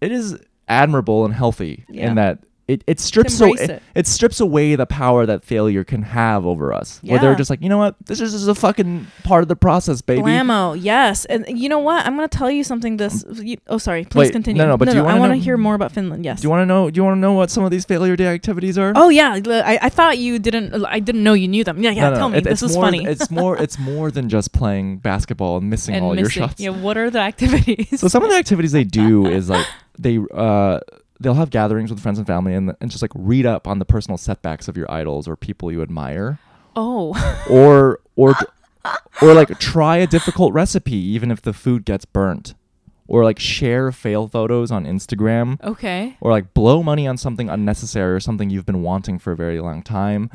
B: it is admirable and healthy
A: Yeah.
B: in that it, it strips away
A: Embrace
B: it.
A: it.
B: strips away the power that failure can have over us where
A: Yeah.
B: they're just like you know what this is just a fucking part of the process *laughs* baby
A: Blammo. Yes, and you know what? I'm gonna tell you something. This. You, oh, sorry. Please
B: Wait,
A: continue.
B: no, no, but do you
A: I
B: wanna
A: want to
B: know-
A: hear more about Finland. Yes.
B: do you want to know do you want to know what some of these failure day activities are
A: oh yeah. l- I, I thought you didn't. I didn't know you knew them. Yeah, yeah.
B: No, no,
A: tell
B: no.
A: me.
B: It-
A: this
B: it's
A: is
B: more,
A: funny. *laughs*
B: it's more it's more than just playing basketball and missing all your
A: missing-
B: shots
A: Yeah. What are the activities?
B: So some of the activities they do is like they uh they'll have gatherings with friends and family and, and just like read up on the personal setbacks of your idols or people you admire
A: *laughs* oh. *laughs*
B: or or or like try a difficult recipe even if the food gets burnt or like share fail photos on Instagram
A: okay.
B: or like blow money on something unnecessary or something you've been wanting for a very long time.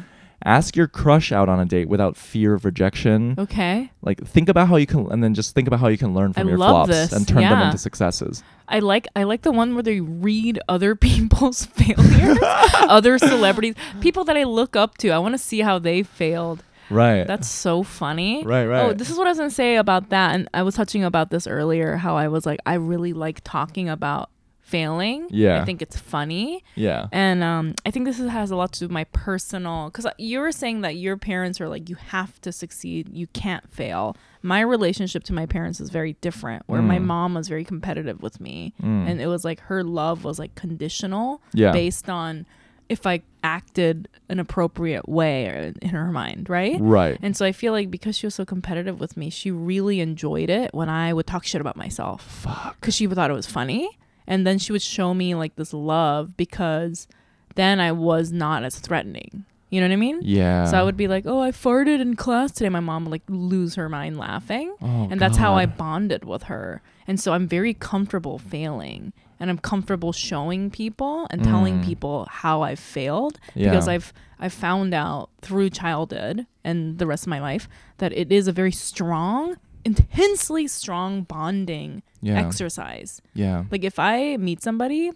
B: Ask your crush out on a date without fear of rejection
A: Oh. Okay.
B: like think about how you can and then just think about how you can learn from
A: I
B: your
A: love
B: flops
A: this,
B: and turn them
A: yeah.
B: into successes
A: I like I like the one where they read other *laughs* people's
B: *laughs*
A: failures, other celebrities, people that I look up to. I want to see how they failed.
B: right
A: That's so funny.
B: Right,
A: Oh,
B: right.
A: this is what I was gonna say about that, and I was touching about this earlier. How I was like, I really like talking about failing.
B: Yeah.
A: I think it's funny,
B: yeah
A: and um, I think this is- has a lot to do with my personal. Because you were saying that your parents are like, you have to succeed, you can't fail. My relationship to my parents is very different, where my
B: Mm.
A: mom was very competitive with me
B: Mm.
A: and it was like her love was like conditional
B: yeah
A: based on if I acted an appropriate way or- in her mind, right?
B: Right.
A: And so I feel like because she was so competitive with me, she really enjoyed it when I would talk shit about myself
B: Fuck.
A: because she thought it was funny. And then she would show me like this love because then I was not as threatening. You know what I mean?
B: Yeah.
A: So I would be like, "Oh, I farted in class today." My mom would like lose her mind laughing,
B: Oh,
A: and that's how I
B: God.
A: bonded with her. And so I'm very comfortable failing, and I'm comfortable showing people and telling
B: Mm.
A: people how I've failed
B: Yeah.
A: because I've I've found out through childhood and the rest of my life that it is a very strong, intensely strong bonding
B: yeah.
A: exercise.
B: yeah.
A: Like if I meet somebody,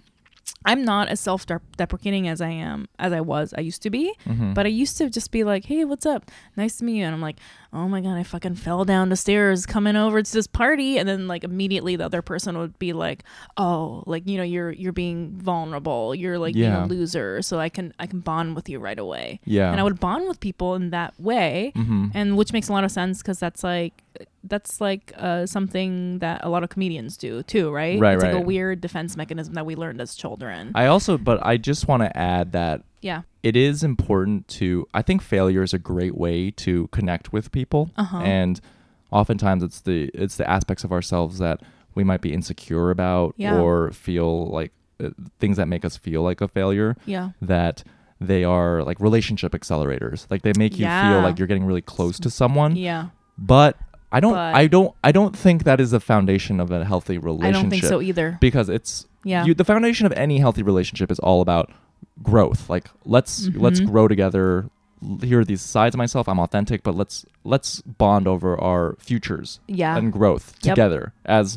A: I'm not as self-deprecating as I am as I was I used to be.
B: Mhm.
A: But I used to just be like, hey, what's up? Nice to meet you. And I'm like, oh my God, I fucking fell down the stairs coming over to this party. And then like immediately the other person would be like, oh, like, you know, you're you're being vulnerable. You're like
B: Yeah.
A: being a loser. So I can I can bond with you right away.
B: yeah.
A: And I would bond with people in that way.
B: Mhm.
A: And which makes a lot of sense because that's like that's like uh, something that a lot of comedians do too, right?
B: Right,
A: It's like
B: right.
A: a weird defense mechanism that we learned as children.
B: I also, but I just want to add that
A: yeah.
B: it is important to i think failure is a great way to connect with people
A: Uh-huh.
B: and oftentimes it's the it's the aspects of ourselves that we might be insecure about
A: Yeah.
B: or feel like uh, things that make us feel like a failure
A: Yeah.
B: that they are like relationship accelerators like they make you feel
A: Yeah.
B: like you're getting really close to someone
A: Yeah.
B: but i don't
A: But-
B: i don't i don't think that is the foundation of a healthy
A: I
B: relationship
A: don't think so either.
B: because it's
A: Yeah.
B: you, the foundation of any healthy relationship is all about growth like let's let's
A: Mhm.
B: grow together L- here are these sides of myself i'm authentic but let's let's bond over our futures
A: Yeah.
B: and growth
A: Yep.
B: together as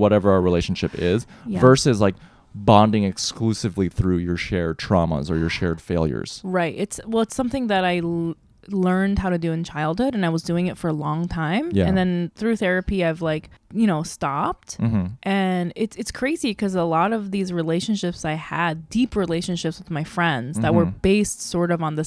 B: whatever our relationship is
A: Yeah.
B: versus like bonding exclusively through your shared traumas or your shared failures
A: Right. It's well, it's something that I l- learned how to do in childhood, and I was doing it for a long time.
B: Yeah.
A: And then through therapy, I've like you know stopped.
B: mm-hmm.
A: And it's it's crazy because a lot of these relationships I had, deep relationships with my friends that were
B: Mhm.
A: based sort of on the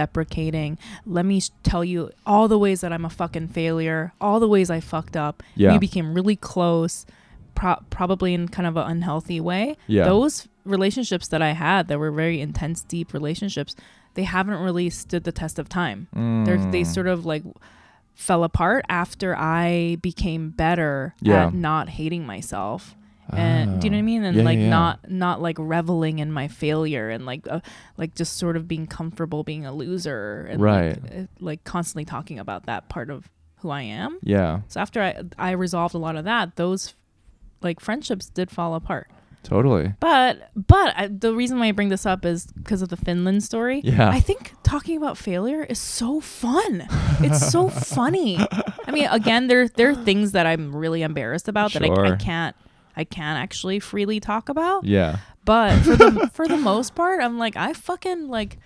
A: self-deprecating. Let me sh- tell you all the ways that I'm a fucking failure, all the ways I fucked up.
B: Yeah.
A: We became really close, pro- probably in kind of an unhealthy way.
B: Yeah.
A: Those relationships that I had that were very intense, deep relationships, they haven't really stood the test of time. They're, they
B: Mm.
A: sort of like fell apart after I became better
B: Yeah.
A: at not hating myself. And do you know what I mean? And
B: Yeah,
A: like
B: yeah, yeah.
A: not not like reveling in my failure and like uh, like just sort of being comfortable being a loser and
B: Right.
A: like, uh, like constantly talking about that part of who I am.
B: yeah
A: So after I I resolved a lot of that, those like friendships did fall apart.
B: totally
A: But but I, the reason why I bring this up is because of the Finland story.
B: Yeah.
A: I think talking about failure is so fun. It's
B: *laughs*
A: so funny. I mean, again, there there are things that I'm really embarrassed about that I, I
B: Sure.
A: can't I can't actually freely talk about.
B: yeah
A: But for
B: *laughs*
A: the for the most part, I'm like I fucking like.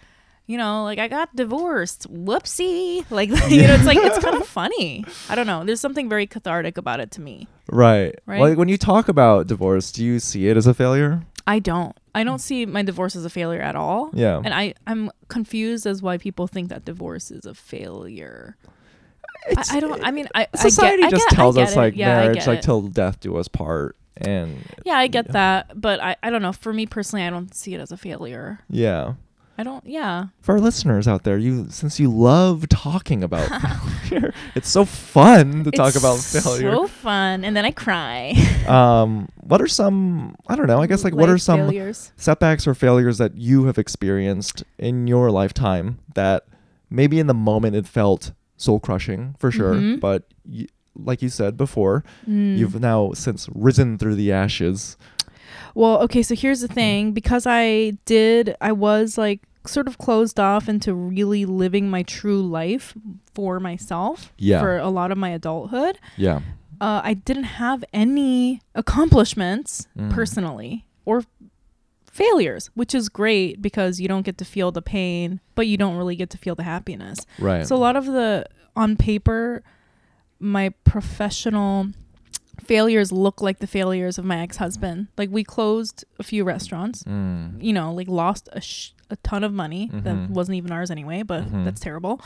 A: You know, like I got divorced. Whoopsie! Like *laughs* you know, it's like it's
B: *laughs*
A: kind of funny. I don't know. There's something very cathartic about it to me.
B: right
A: Right? Like,
B: when you talk about divorce do you see it as a failure
A: I don't. I don't see my divorce as a failure at all.
B: yeah
A: And I, I'm confused as why people think that divorce is a failure. I, I don't. I mean, I
B: uh, society
A: I get,
B: just
A: I get,
B: tells
A: I get
B: us
A: it.
B: like
A: yeah, I
B: marriage
A: get
B: like
A: it.
B: till death do us part and
A: yeah, I get that, but I, I don't know. For me personally, I don't see it as a failure.
B: yeah
A: I don't. Yeah,
B: for our listeners out there you since you love talking about
A: *laughs*
B: failure it's so fun to talk
A: It's
B: about failure
A: So *laughs* fun, and then I cry.
B: um what are some i don't know i guess like what
A: Life
B: are some
A: failures?
B: setbacks or failures that you have experienced in your lifetime that maybe in the moment it felt soul crushing for sure
A: Mhm.
B: but y- like you said before
A: Mm.
B: you've now since risen through the ashes
A: Well, okay, so here's the thing because I did, I was like sort of closed off into really living my true life for myself
B: Yeah.
A: for a lot of my adulthood.
B: yeah
A: Uh, I didn't have any accomplishments
B: Mm.
A: personally or failures, which is great because you don't get to feel the pain, but you don't really get to feel the happiness.
B: right
A: So a lot of the on paper, my professional failures look like the failures of my ex-husband. Like we closed a few restaurants,
B: Mm.
A: you know, like lost a, sh- a ton of money
B: Mhm.
A: that wasn't even ours anyway, but
B: Mhm.
A: that's terrible.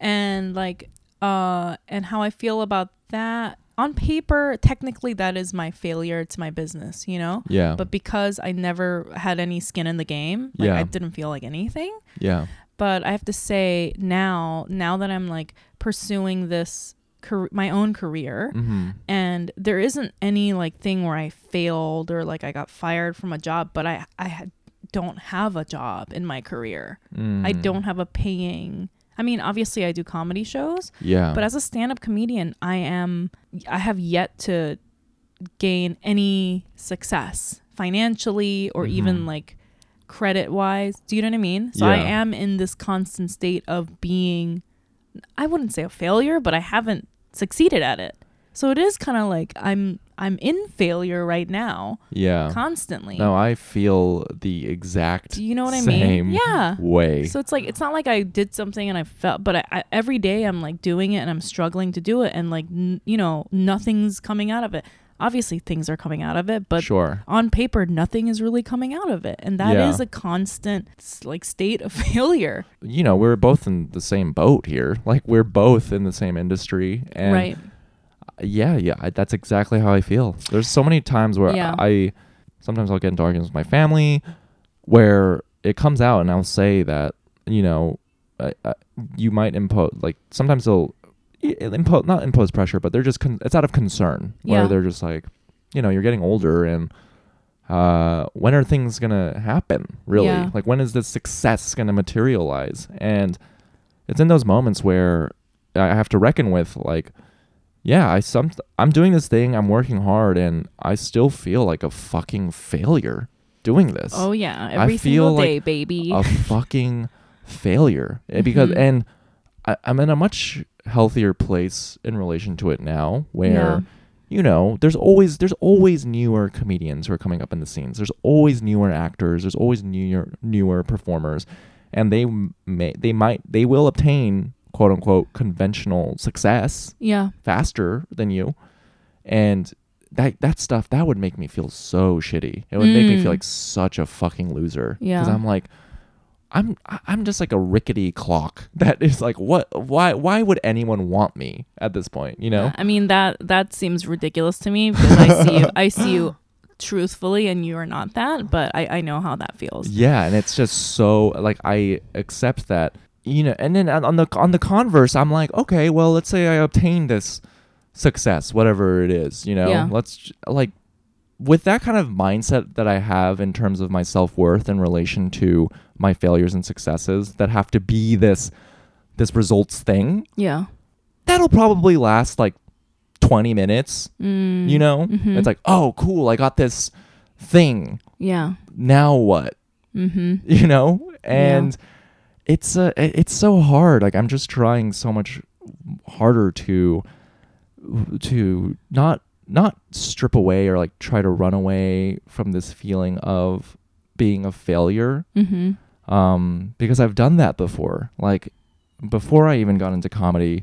A: And like uh and how I feel about that on paper, technically that is my failure. It's my business, you know?
B: Yeah.
A: But because I never had any skin in the game, like
B: Yeah.
A: I didn't feel like anything.
B: yeah.
A: But I have to say now, now that I'm like pursuing this car- my own career,
B: Mm-hmm.
A: and there isn't any like thing where I failed or like I got fired from a job, but I I had, don't have a job in my career. I
B: Mm.
A: don't have a paying. I mean, obviously I do comedy shows,
B: Yeah.
A: but as a stand-up comedian, I am I have yet to gain any success financially or even
B: Mhm.
A: like credit-wise. Do you know what I mean? So I
B: Yeah.
A: am in this constant state of being I wouldn't say a failure, but I haven't succeeded at it. So it is kind of like I'm I'm in failure right now
B: yeah.
A: constantly.
B: Oh. No, I feel the exact
A: Do you know what I
B: same
A: mean? Yeah.
B: way.
A: So it's like it's not like I did something and I felt, but I, I, every day I'm like doing it and I'm struggling to do it, and like n- you know nothing's coming out of it. Obviously, things are coming out of it, but
B: sure.
A: on paper, nothing is really coming out of it, and that is
B: Yeah.
A: a constant s- like state of *laughs* failure,
B: You know, we're both in the same boat here. Like we're both in the same industry and
A: right?
B: yeah, yeah, I, that's exactly how I feel. There's so many times where
A: Yeah.
B: I sometimes I'll get into arguments with my family where it comes out and I'll say that, you know, I, I, you might impose like sometimes they'll impose not impose pressure, but they're just con- it's out of concern where
A: Yeah.
B: they're just like, you know, you're getting older and uh, when are things gonna happen really?
A: Yeah.
B: Like when is this success gonna materialize? And it's in those moments where I have to reckon with like, yeah, I some I'm doing this thing, I'm working hard, and I still feel like a fucking failure doing this.
A: Oh yeah,
B: I
A: every
B: feel
A: single
B: like
A: day, baby. *laughs*
B: a fucking failure And because
A: Mhm.
B: and I, I'm in a much healthier place in relation to it now where
A: Yeah.
B: you know there's always there's always newer comedians who are coming up in the scenes there's always newer actors there's always newer newer performers and they m- may they might they will obtain quote unquote conventional success
A: yeah,
B: faster than you and that that stuff that would make me feel so shitty it would make me
A: Mm.
B: feel like such a fucking loser
A: Yeah.
B: i'm like i'm I- i'm just like a rickety clock *laughs* that is like what why why would anyone want me at this point you know
A: I mean that that seems ridiculous to me because I
B: *laughs*
A: see you, I see you truthfully, and you are not that, but I I know how that feels.
B: yeah and it's just so like i accept that you know and then on on the on the converse i'm like okay well let's say i obtain this success whatever it is you know
A: Yeah.
B: let's j- like with that kind of mindset that i have in terms of my self-worth in relation to my failures and successes that have to be this this results thing
A: Yeah.
B: that'll probably last like 20 minutes
A: Mm,
B: you know
A: Mhm.
B: it's like oh cool i got this thing
A: Yeah.
B: now what
A: Mm-hmm.
B: *laughs* you know
A: Yeah.
B: and it's uh, i- it's so hard like i'm just trying so much harder to to not not strip away or like try to run away from this feeling of being a failure
A: Mm-hmm.
B: um because i've done that before like before i even got into comedy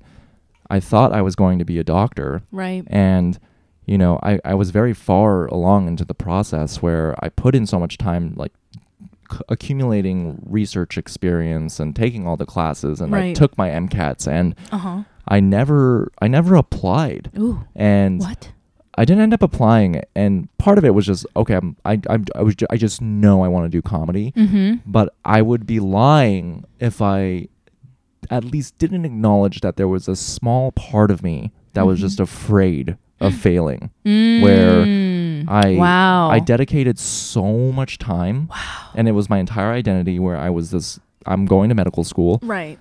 B: i thought i was going to be a doctor
A: Right.
B: and you know I, I was very far along into the process where i put in so much time like c- accumulating research experience and taking all the classes and i
A: Right.
B: took my mcats and
A: Uh huh.
B: i never i never applied
A: Ooh.
B: and
A: What?
B: i didn't end up applying and part of it was just okay i'm i, I'm, I was ju- i just know i want to do comedy
A: Mm-hmm.
B: but i would be lying if i at least didn't acknowledge that there was a small part of me that was
A: Mhm.
B: just afraid of failing
A: Mm. Oh.
B: where I-
A: wow.
B: I dedicated so much time. Wow. And it was my entire identity where I was this I'm going to medical school.
A: right.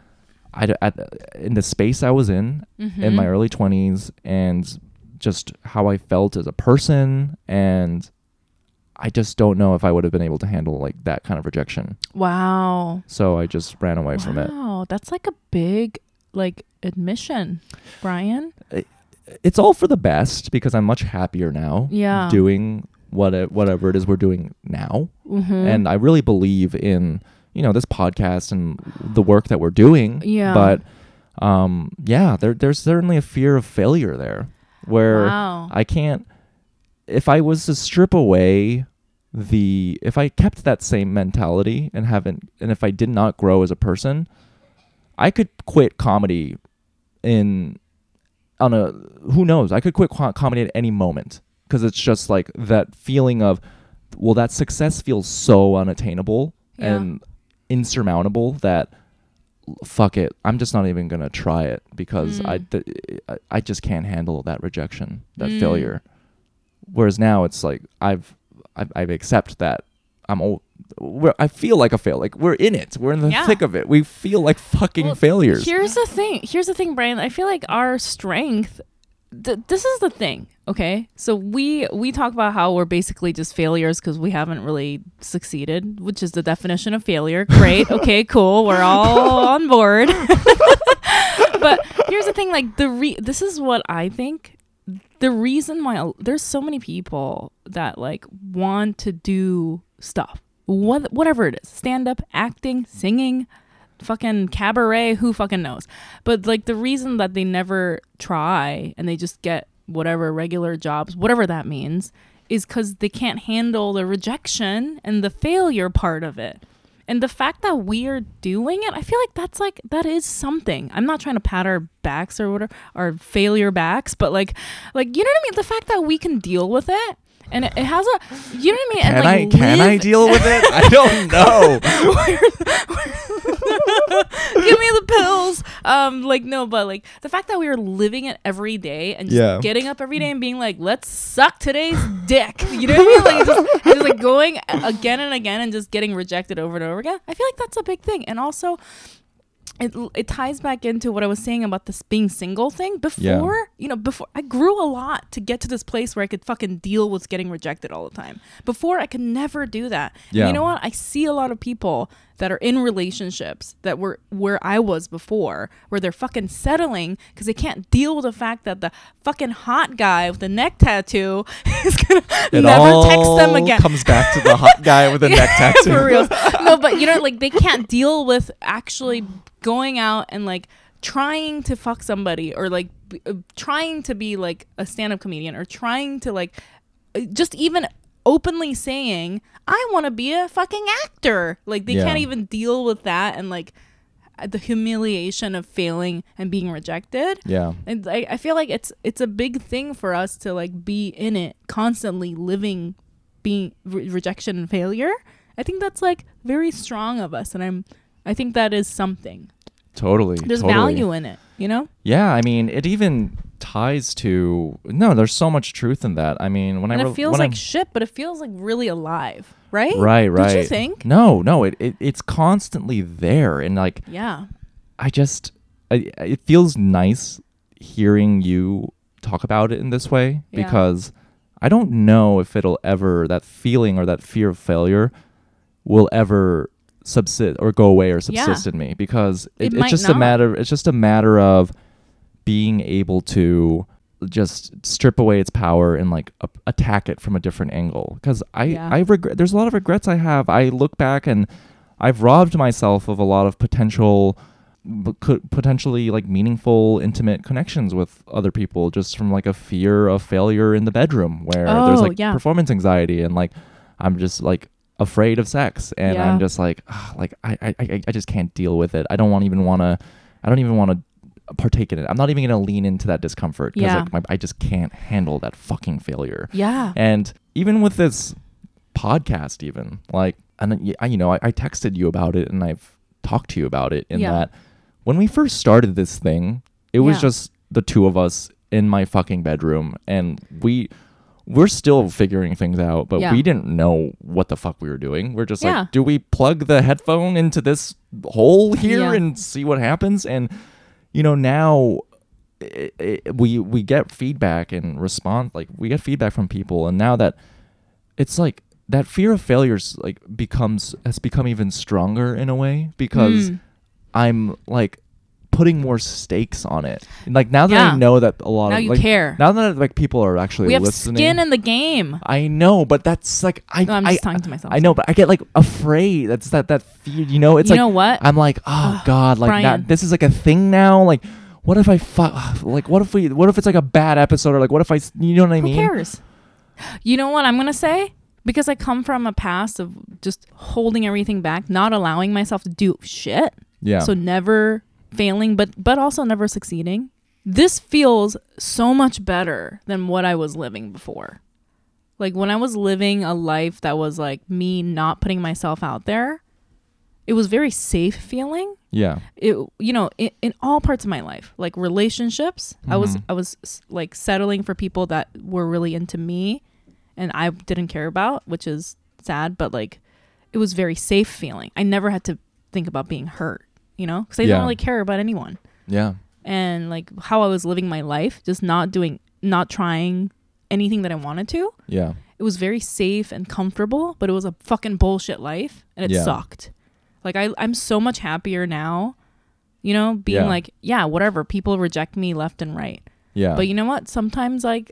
B: I d- at, in the space I was in
A: Mm-hmm.
B: in my early 20s and just how I felt as a person and I just don't know if I would have been able to handle like that kind of rejection.
A: Wow.
B: So I just ran away from it.
A: Wow. That's like a big like admission, Brian.
B: It's all for the best because I'm much happier now
A: Yeah.
B: doing what it, whatever it is we're doing now.
A: Mm-hmm.
B: and I really believe in you know this podcast and the work that we're doing.
A: Yeah.
B: But um, yeah, there, there's certainly a fear of failure there, where
A: wow.
B: I can't. If I was to strip away the, if I kept that same mentality and haven't, and if I did not grow as a person, I could quit comedy in on a who knows? I could quit co- comedy at any moment because it's just like that feeling of well, that success feels so unattainable
A: Yeah.
B: and insurmountable that fuck it, I'm just not even gonna try it because I,
A: Mm.
B: th- I I just can't handle that rejection, that
A: Mm.
B: failure. Whereas now it's like I've I've, I've accept that I'm old. We're, I feel like a fail. Like we're in it. We're in the
A: Yeah.
B: thick of it. We feel like fucking
A: Well,
B: failures.
A: Here's the thing. Here's the thing, Brian. I feel like our strength. Th- this is the thing. Okay, so we we talk about how we're basically just failures because we haven't really succeeded, which is the definition of failure. Great. Okay. Cool. We're all on board. *laughs* but here's the thing. Like the re- this is what I think. The reason why a- there's so many people that like want to do stuff, what whatever it is, stand up, acting, singing, fucking cabaret who fucking knows but like the reason that they never try and they just get whatever regular jobs whatever that means is because they can't handle the rejection and the failure part of it and the fact that we are doing it i feel like that's like that is something i'm not trying to pat our backs or whatever our failure backs but like like you know what i mean the fact that we can deal with it and it, it has a you know what i mean
B: Can
A: and like
B: I can I
A: live-
B: deal with it? I
A: *laughs*
B: don't know.
A: give me the pills um like no but like the fact that we are living it every day and just
B: Yeah.
A: getting up every day and being like let's suck today's dick you know what i mean like just, just like going again and again and just getting rejected over and over again i feel like that's a big thing and also it, it ties back into what I was saying about this being single thing. Before,
B: Yeah.
A: you know, before I grew a lot to get to this place where I could fucking deal with getting rejected all the time. Before, I could never do that. And
B: Yeah.
A: you know what? I see a lot of people that are in relationships that were where I was before, where they're fucking settling because they can't deal with the fact that the fucking hot guy with the neck tattoo *laughs* is gonna
B: It
A: never text
B: all
A: them again.
B: Comes back to the hot guy
A: *laughs*
B: with the neck tattoo.
A: for real. No, but you know, like they can't deal with actually going out and like trying to fuck somebody or like b- uh, trying to be like a stand-up comedian or trying to like uh, just even openly saying I want to be a fucking actor. Like they
B: Yeah.
A: can't even deal with that and like uh, the humiliation of failing and being rejected.
B: Yeah.
A: And I, I feel like it's it's a big thing for us to like be in it constantly living being re- rejection and failure. I think that's like very strong of us and I'm I think that is something.
B: Totally.
A: There's
B: totally.
A: value in it, you know?
B: Yeah, I mean, it even ties to no. There's so much truth in that. I mean, when
A: And
B: I re-
A: it feels
B: when
A: like
B: I'm-
A: shit, but it feels like really alive, right?
B: right, right.
A: Did you think?
B: No, no. It, it it's constantly there, and like
A: Yeah.
B: I just I, I- it feels nice hearing you talk about it in this way
A: Yeah.
B: because I don't know if it'll ever that feeling or that fear of failure will ever subsist or go away or subsist in me because
A: It
B: it,
A: might
B: it's just
A: not.
B: a matter it's just a matter of being able to just strip away its power and like a- attack it from a different angle because I
A: Yeah.
B: I regret there's a lot of regrets I have I look back and I've robbed myself of a lot of potential b- could potentially like meaningful intimate connections with other people just from like a fear of failure in the bedroom where there's
A: Oh,
B: like
A: yeah.
B: performance anxiety and like I'm just like afraid of sex and
A: Yeah.
B: I'm just like "Ah, like I, I- I I just can't deal with it I don't want even want to I don't even want to partake in it I'm not even gonna lean into that discomfort because
A: Yeah.
B: like my, I just can't handle that fucking failure
A: Yeah.
B: and even with this podcast, even like, and then y- I, you know, I, I texted you about it and I've talked to you about it in
A: Yeah.
B: that when we first started this thing, it was
A: Yeah.
B: just the two of us in my fucking bedroom and we, we're still figuring things out, but
A: Yeah.
B: we didn't know what the fuck we were doing. We're just
A: Yeah.
B: like, do we plug the headphone into this hole here
A: Yeah.
B: and see what happens? And you know, now i i we we get feedback and respond like we get feedback from people, and now that it's like that fear of failures like becomes has become even stronger in a way because
A: Mm.
B: I'm like putting more stakes on it. Like now that
A: Yeah.
B: I know that a lot
A: Now
B: of
A: you
B: like,
A: care.
B: now that like people are actually
A: we have
B: listening.
A: skin in the game.
B: I know, but that's like I.
A: No, I'm just
B: I-
A: talking to myself.
B: I know, but I get like afraid. That's that that fear. You know, it's
A: You
B: like
A: know what?
B: I'm like, oh god, like now,
A: Brian.
B: this is like a thing now. Like, what if I fuck? Like, what if we? What if it's like a bad episode or like what if I? s- You know what I
A: Who
B: mean?
A: cares? You know what I'm gonna say? Because I come from a past of just holding everything back, not allowing myself to do shit.
B: Yeah.
A: So never failing, but but also never succeeding. this feels so much better than what I was living before. Like when I was living a life that was like me not putting myself out there, it was very safe feeling
B: Yeah.
A: it you know in, in all parts of my life like relationships i was
B: Mhm.
A: i was s- like settling for people that were really into me and i didn't care about which is sad but like it was very safe feeling i never had to think about being hurt you know because i
B: Yeah.
A: didn't really care about anyone
B: Yeah.
A: and like how i was living my life just not doing not trying anything that i wanted to
B: Yeah.
A: it was very safe and comfortable, but it was a fucking bullshit life and it
B: Yeah.
A: sucked. Like I I'm so much happier now, you know, being
B: Yeah.
A: like, yeah, whatever, people reject me left and right.
B: Yeah.
A: But you know what? Sometimes like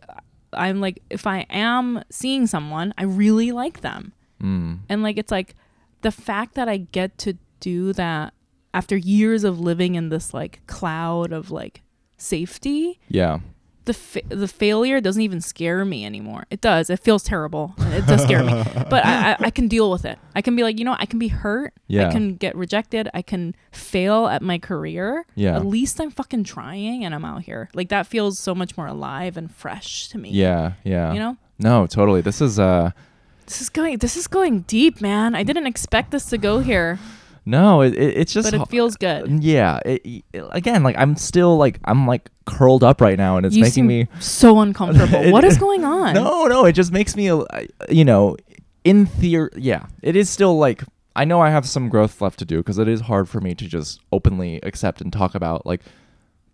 A: I'm like if I am seeing someone, I really like them.
B: mm.
A: And like it's like the fact that I get to do that after years of living in this like cloud of like safety,
B: Yeah.
A: the fa- the failure doesn't even scare me anymore. It does. It feels terrible. It does
B: *laughs*
A: scare me, but I, I I can deal with it. I can be like, you know, I can be hurt.
B: Yeah.
A: I can get rejected. I can fail at my career.
B: Yeah.
A: At least I'm fucking trying, and I'm out here. Like that feels so much more alive and fresh to me.
B: Yeah. Yeah.
A: You know,
B: No, totally. This is uh
A: this is going this is going deep, man. I didn't expect this to go here,
B: no, it, it it's just
A: but it
B: ho-
A: feels good.
B: yeah. It, it- again, like I'm still like I'm like curled up right now, and it's
A: you
B: making
A: seem
B: me
A: so uncomfortable.
B: *laughs* It-
A: what is going on?
B: no, no. It just makes me, uh, you know, in theory, yeah. It is still like I know I have some growth left to do because it is hard for me to just openly accept and talk about like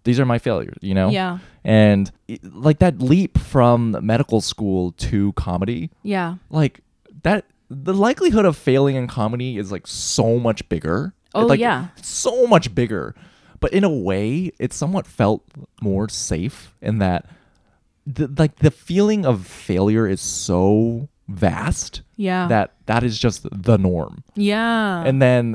B: these are my failures, you know.
A: Yeah.
B: And i- like that leap from medical school to comedy,
A: Yeah.
B: like that the likelihood of failing in comedy is like so much bigger.
A: Oh,
B: Like,
A: yeah.
B: So much bigger. But in a way, it somewhat felt more safe in that the, like the feeling of failure is so vast
A: Yeah.
B: that that is just the norm.
A: yeah.
B: And then and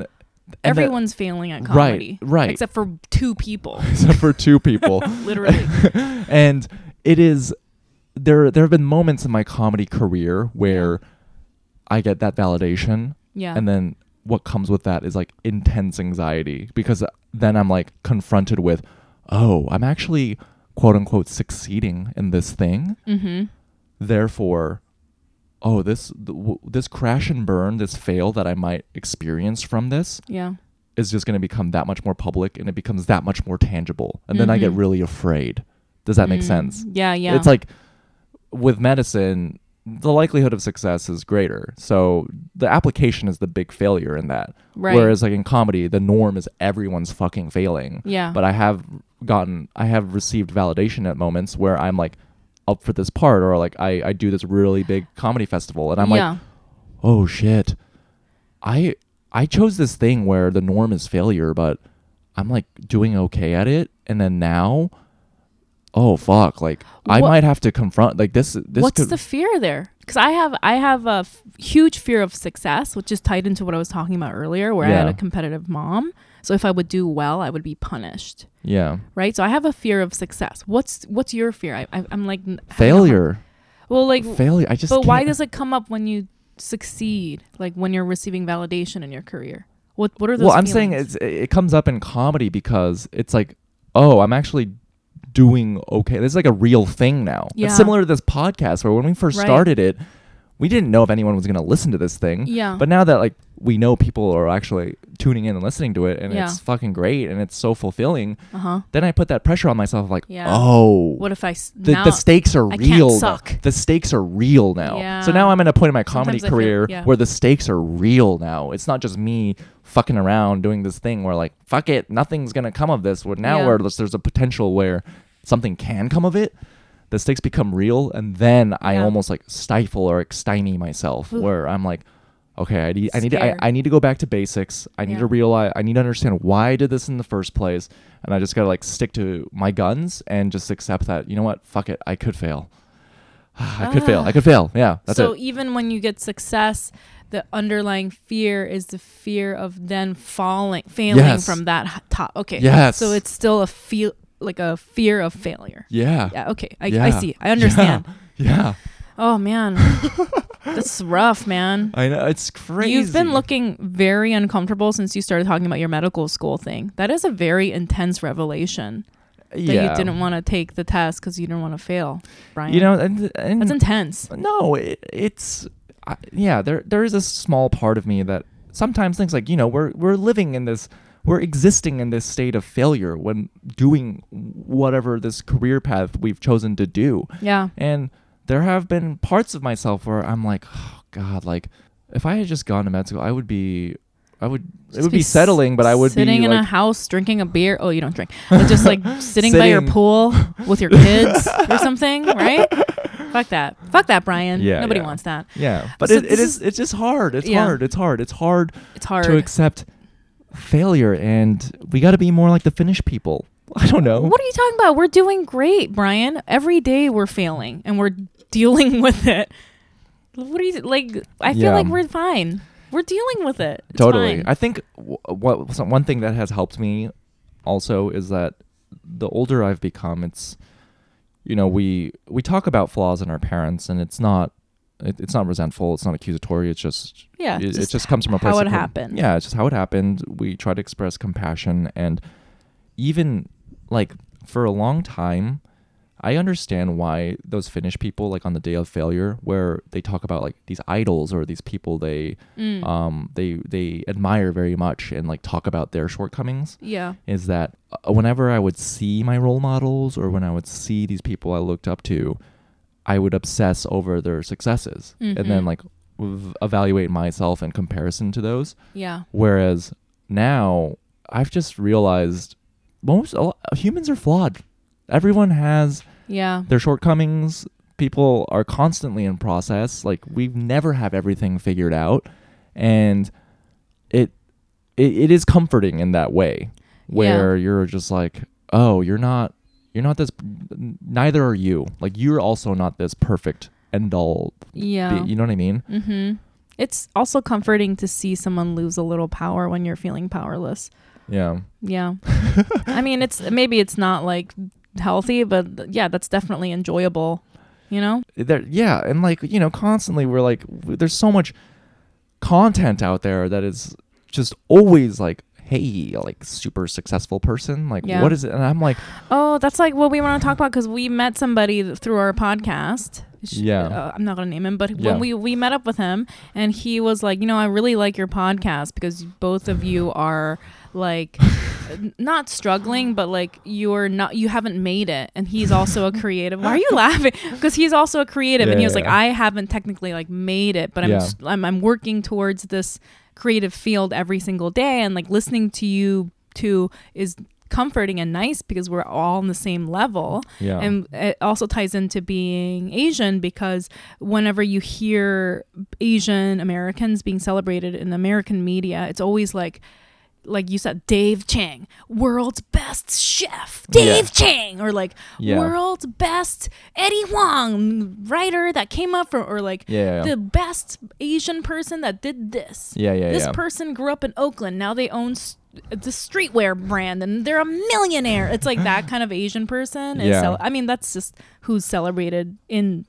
B: the-
A: Everyone's failing at
B: Right,
A: comedy.
B: right.
A: Except for two people,
B: *laughs*
A: *laughs*
B: except for two people.
A: literally.
B: *laughs* and it is there there have been moments in my comedy career where I get that validation
A: Yeah.
B: and then what comes with that is like intense anxiety because uh, then I'm like confronted with, oh, I'm actually quote unquote succeeding in this thing.
A: mm-hmm.
B: Therefore, oh, this th- w- this crash and burn, this fail that I might experience from this
A: Yeah.
B: is just going to become that much more public and it becomes that much more tangible. And then I get
A: Mhm.
B: really afraid. Does that make
A: Mm.
B: sense?
A: Yeah, yeah.
B: It's like with medicine, the likelihood of success is greater. So the application is the big failure in that.
A: Right.
B: Whereas like in comedy, the norm is everyone's fucking failing.
A: yeah.
B: But I have gotten I have received validation at moments where I'm like up for this part or like I, I do this really big comedy festival and I'm like,
A: yeah.
B: oh shit i i chose this thing where the norm is failure but i'm like doing okay at it and then now oh fuck like i
A: What-
B: might have to confront like this this
A: What's
B: could
A: the fear there? Because I have I have a f- huge fear of success, which is tied into what I was talking about earlier, where I had
B: Yeah.
A: a competitive mom. So if I would do well, I would be punished,
B: yeah
A: right? So I have a fear of success. What's What's your fear? I, I I'm like n- I don't know.
B: failure
A: Well, like, but
B: failure i just
A: why
B: can't-
A: does it come up when you succeed? Like when you're receiving validation in your career. What What are those?
B: well i'm saying
A: feelings?
B: it's it comes up in comedy because it's like oh i'm actually doing okay this is like a real thing now
A: Yeah.
B: it's similar to this podcast where when we first
A: Right.
B: started it we didn't know if anyone was going to listen to this thing
A: yeah.
B: But now that like we know people are actually tuning in and listening to it, and
A: Yeah.
B: it's fucking great and it's so fulfilling,
A: uh huh.
B: then I put that pressure on myself, like,
A: Yeah.
B: oh,
A: What if I s-
B: the,
A: now
B: the stakes are
A: I can't
B: real. now.
A: suck.
B: The stakes are real now. So
A: Yeah.
B: now I'm at a point in my comedy
A: Sometimes I feel-
B: career
A: yeah.
B: where the stakes are real now. It's not just me fucking around doing this thing where like, fuck it, nothing's gonna come of this. Where now
A: Yeah.
B: where there's there's a potential where something can come of it. The stakes become real, and then I
A: Yeah.
B: almost like stifle or like, stymie myself,
A: Ooh.
B: where I'm like, okay, I need, I need, to, I,
A: Scared.
B: I need to go back to basics. I need
A: Yeah.
B: to realize, I need to understand why I did this in the first place, and I just gotta like stick to my guns and just accept that. You know what? Fuck it, I could fail. *sighs* I could fail.
A: Ah.
B: I could fail. Yeah, that's
A: so
B: it.
A: even when you get success, the underlying fear is the fear of then falling, failing
B: Yes.
A: from that h- top. Okay.
B: Yes.
A: So it's still a feel like a fear of failure.
B: Yeah.
A: Yeah. Okay. I, I
B: Yeah.
A: see. I understand.
B: Yeah. *laughs*
A: Oh man, that's rough, man.
B: I know it's crazy.
A: You've been looking very uncomfortable since you started talking about your medical school thing. That is a very intense revelation. that
B: yeah.
A: you didn't want to take the test because you didn't want to fail, Brian.
B: You know, and, and
A: that's intense.
B: no, it, it's I, yeah. There there is a small part of me that sometimes thinks like you know we're we're living in this we're existing in this state of failure when doing whatever this career path we've chosen to do.
A: Yeah,
B: And there have been parts of myself where I'm like, oh God, like if I had just gone to med school, I would be, I would, it
A: Just
B: would be
A: s-
B: settling, but I would
A: sitting
B: be
A: in a
B: like,
A: house drinking a beer. Oh, you don't drink, but just
B: *laughs*
A: like sitting, by your
B: Sitting.
A: pool with your kids or something,
B: *laughs*
A: right? Fuck that. Fuck that, Brian.
B: Yeah,
A: Nobody
B: yeah.
A: wants that.
B: yeah. But
A: So
B: it, it
A: this
B: is, it's just hard. It's
A: Yeah.
B: hard. It's hard. It's hard
A: It's hard.
B: to accept failure, and we got to be more like the Finnish people. *laughs* I don't know.
A: What are you talking about? We're doing great, Brian. Every day we're failing and we're dealing *laughs* with it. What are you like? I feel
B: Yeah.
A: like we're fine. We're dealing with it. It's
B: totally.
A: fine.
B: I think w- what some, one thing that has helped me also is that the older I've become, it's you know we we talk about flaws in our parents, and it's not it, it's not resentful, it's not accusatory, it's just
A: yeah.
B: it, it just, comes from a place
A: how
B: of
A: it
B: com-
A: happened.
B: Yeah, it's just how it happened. We try to express compassion, and even like for a long time. I understand why those Finnish people, like on the day of failure, where they talk about like these idols or these people they
A: Mm.
B: um, they they admire very much and like talk about their shortcomings
A: yeah.
B: is that uh, whenever I would see my role models or when I would see these people I looked up to, I would obsess over their successes and then
A: Mhm.
B: like v- evaluate myself in comparison to those.
A: Yeah.
B: Whereas now I've just realized most a lo- humans are flawed. Everyone has
A: Yeah.
B: their shortcomings. People are constantly in process. Like we never have everything figured out, and it it, it is comforting in that way, where you're just like, oh, you're not you're not this. Neither are you. Like you're also not this perfect end all.
A: Yeah.
B: You know what I mean?
A: mm-hmm. It's also comforting to see someone lose a little power when you're feeling powerless.
B: Yeah.
A: Yeah. I mean, it's maybe it's not like healthy, but th- yeah, that's definitely enjoyable. You know?
B: there yeah and like you know constantly we're like w- there's so much content out there that is just always like hey like super successful person like
A: Yeah.
B: what is it and
A: *laughs*
B: i'm like
A: Oh, that's like what we want to talk about because we met somebody th- through our podcast. Sh-
B: Yeah.
A: uh, I'm not gonna name him, but
B: Yeah.
A: when we we met up with him, and he was like, you know, I really like your podcast because both of you are
B: *laughs*
A: like n- not struggling, but like you're not you haven't made it, and he's also a creative. Why are you laughing? *laughs* Because he's also a creative, and he
B: Yeah,
A: was like,
B: yeah.
A: I haven't technically like made it, but I'm
B: Yeah.
A: s- I'm I'm working towards this creative field every single day, and like listening to you two is comforting and nice because we're all on the same level
B: yeah
A: and it also ties into being asian because whenever you hear asian americans being celebrated in american media it's always like like you said dave chang world's best chef
B: Yeah.
A: dave chang or like
B: Yeah.
A: world's best eddie wong writer that came up from or like
B: yeah yeah
A: the best asian person that did this
B: yeah yeah,
A: this
B: yeah.
A: person grew up in Oakland. Now they own s the streetwear brand, and they're a millionaire. It's like that kind of Asian person. Is
B: Yeah.
A: cel- I mean, that's just who's celebrated in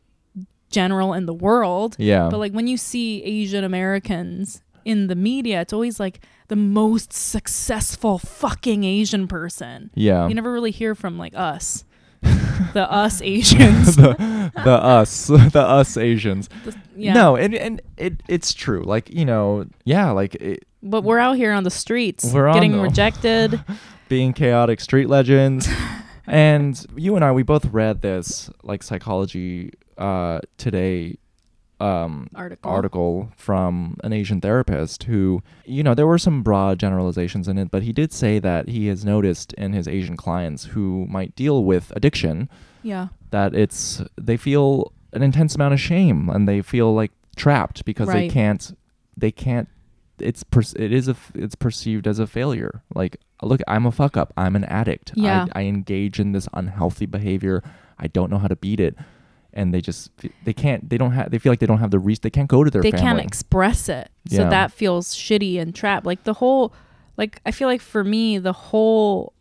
A: general in the world.
B: yeah
A: But like when you see Asian Americans in the media, it's always like the most successful fucking Asian person.
B: yeah
A: You never really hear from like
B: *laughs*
A: us, the us Asians.
B: the, the us *laughs* the us asians
A: The- yeah.
B: no and and it it's true like you know yeah like it,
A: But we're out here on the streets,
B: We're on
A: getting
B: the- *laughs*
A: rejected.
B: being chaotic street
A: *laughs*
B: legends. and you and I, we both read this like psychology uh, today um,
A: Article.
B: article from an Asian therapist who, you know, there were some broad generalizations in it, but he did say that he has noticed in his Asian clients who might deal with addiction
A: Yeah.
B: that it's they feel an intense amount of shame and they feel like trapped because they
A: Right.
B: can't they can't it's per, it is a f- it's perceived as a failure like look i'm a fuck up i'm an addict
A: Yeah.
B: I, I engage in this unhealthy behavior i don't know how to beat it and they just f- they can't they don't have they feel like they don't have the reach they can't go to their
A: they can't
B: family
A: express it so
B: Yeah.
A: that feels shitty and trapped like the whole like i feel like for me the whole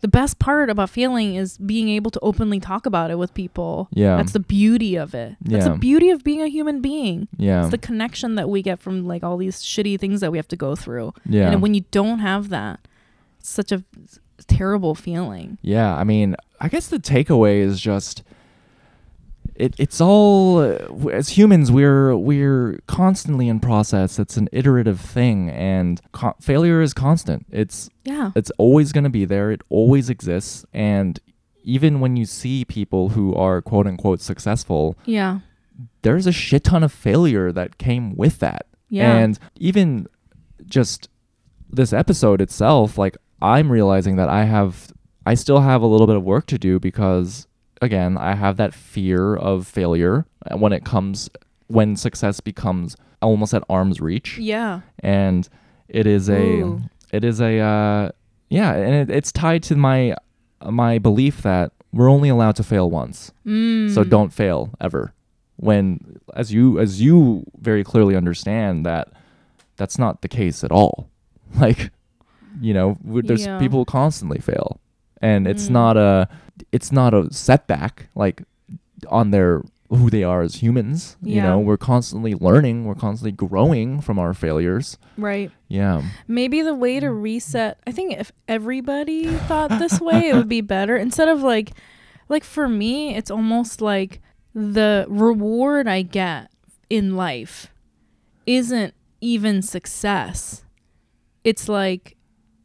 A: the best part about feeling is being able to openly talk about it with people
B: Yeah.
A: that's the beauty of it that's
B: Yeah.
A: the beauty of being a human being
B: yeah
A: it's the connection that we get from like all these shitty things that we have to go through
B: yeah
A: and when you don't have that it's such a terrible feeling.
B: Yeah, I mean, I guess the takeaway is just it, it's all as humans we're we're constantly in process. It's an iterative thing and co- failure is constant. It's
A: Yeah.
B: it's always going to be there. It always exists and even when you see people who are quote unquote successful,
A: Yeah.
B: there's a shit ton of failure that came with that.
A: Yeah.
B: And even just this episode itself, like I'm realizing that I have I still have a little bit of work to do because again, I have that fear of failure when it comes when success becomes almost at arm's reach.
A: yeah.
B: And it is a
A: Ooh.
B: it is a uh, yeah, and it, it's tied to my my belief that we're only allowed to fail once
A: Mm.
B: so don't fail ever when as you as you very clearly understand that that's not the case at all *laughs* like you know w- there's
A: Yeah.
B: people constantly fail and it's
A: Mm.
B: not a it's not a setback like on their who they are as humans you
A: Yeah.
B: know we're constantly learning we're constantly growing from our failures
A: Mm. Right.
B: yeah
A: Maybe the way to reset, I think if everybody thought this way, it would be better. Instead of like, like for me, it's almost like the reward I get in life isn't even success. It's like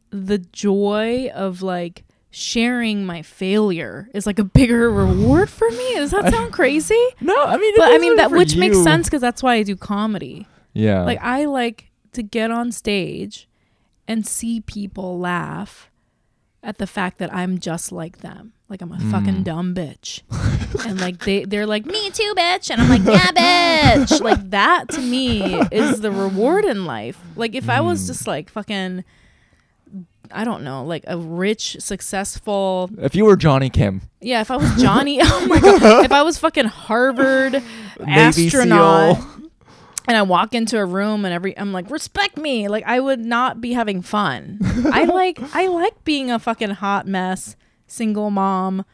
A: the joy of like sharing my failure is like a bigger reward for me. Does that sound crazy?
B: no i mean
A: But I mean that which makes sense because that's why I do comedy.
B: yeah
A: Like I like to get on stage and see people laugh at the fact that I'm just like them. Like I'm a fucking dumb bitch. and like they they're like me too bitch and I'm like yeah bitch. like that to me is the reward in life. Like if I was just like fucking I don't know, like a rich, successful,
B: if you were johnny kim
A: yeah, if I was Johnny, *laughs* oh my
B: *laughs*
A: god, if I was fucking Harvard
B: Navy
A: astronaut,
B: SEAL.
A: and I walk into a room and every I'm like, respect me, like I would not be having
B: *laughs*
A: fun. I like I like being a fucking hot mess, single mom.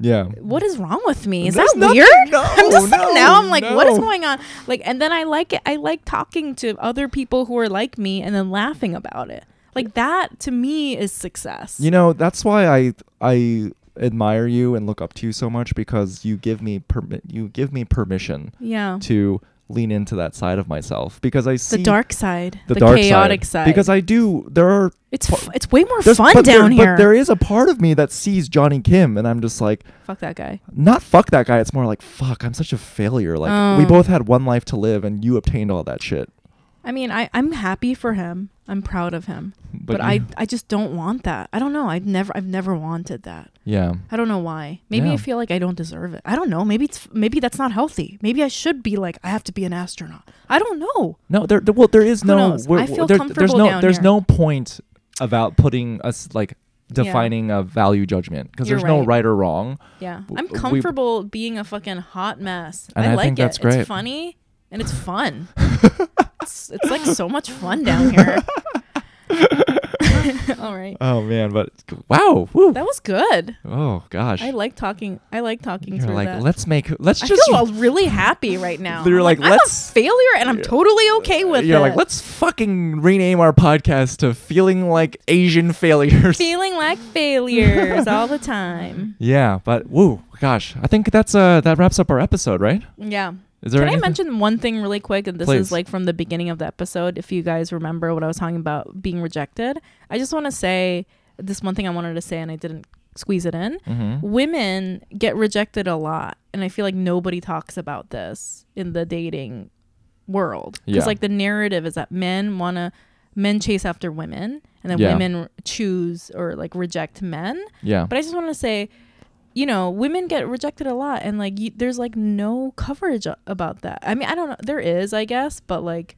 B: yeah
A: What is wrong with me? Is
B: There's
A: that
B: nothing-
A: weird? *laughs*
B: no,
A: I'm just
B: no,
A: like now I'm like, what is
B: no.
A: going on? Like, and then I like it. I like talking to other people who are like me and then laughing about it. Like that to me is success.
B: You know, that's why I I admire you and look up to you so much because you give me permit you give me permission
A: yeah,
B: to lean into that side of myself because I see
A: the dark side,
B: the
A: the,
B: dark
A: chaotic side.
B: Because I do there are
A: It's
B: Fu-
A: f- it's way more
B: there's-
A: fun
B: but there-
A: down here.
B: But there is a part of me that sees Johnny Kim and I'm just like
A: Fuck that guy.
B: not fuck that guy. It's more like fuck, I'm such a failure. Like we
A: Oh.
B: both had one life to live and you obtained all that shit.
A: I mean, I I'm happy for him. I'm proud of him. But, I
B: you-
A: I just don't want that. I don't know. I've never I've never wanted that.
B: Yeah.
A: I don't know why. Maybe
B: Yeah.
A: I feel like I don't deserve it. I don't know. Maybe it's maybe that's not healthy. Maybe I should be like I have to be an astronaut. I don't know.
B: No, there, there- well, there is
A: Who
B: no.
A: knows?
B: we're-
A: I feel
B: there- there's
A: comfortable
B: no.
A: down
B: there's
A: here.
B: no point about putting us like defining a value judgment because
A: You're
B: there's no
A: right.
B: right or wrong.
A: Yeah.
B: W-
A: I'm
B: we-
A: comfortable being a fucking hot mess.
B: And
A: I,
B: I
A: like
B: think
A: it.
B: that's great.
A: It's funny and it's
B: *laughs*
A: fun. it's, it's like so much fun down here. *laughs* All right.
B: Oh man, but wow. Woo.
A: That was good.
B: oh gosh.
A: I like talking. I like talking
B: You're
A: through
B: like
A: that.
B: let's make. Let's
A: I
B: just.
A: feel all really happy right now.
B: You're
A: I'm
B: like,
A: I'm a
B: let's-
A: failure, and I'm totally okay with
B: you're
A: it.
B: like let's fucking rename our podcast to feeling like Asian
A: *laughs*
B: failures.
A: feeling like failures all the time.
B: yeah, but woo, gosh, I think that's uh that wraps up our episode, right?
A: Yeah.
B: Is there
A: Can I
B: anything-
A: mention one thing really quick? And this
B: Please.
A: is like from the beginning of the episode. If you guys remember what I was talking about being rejected, I just want to say this one thing I wanted to say, and I didn't squeeze it in.
B: Mhm.
A: Women get rejected a lot, and I feel like nobody talks about this in the dating world because
B: Yeah.
A: like the narrative is that men want to men chase after women and then
B: Yeah.
A: women r- choose or like reject men
B: Yeah.
A: but i just want to say you know women get rejected a lot and like you, there's like no coverage a- about that i mean i don't know there is i guess but like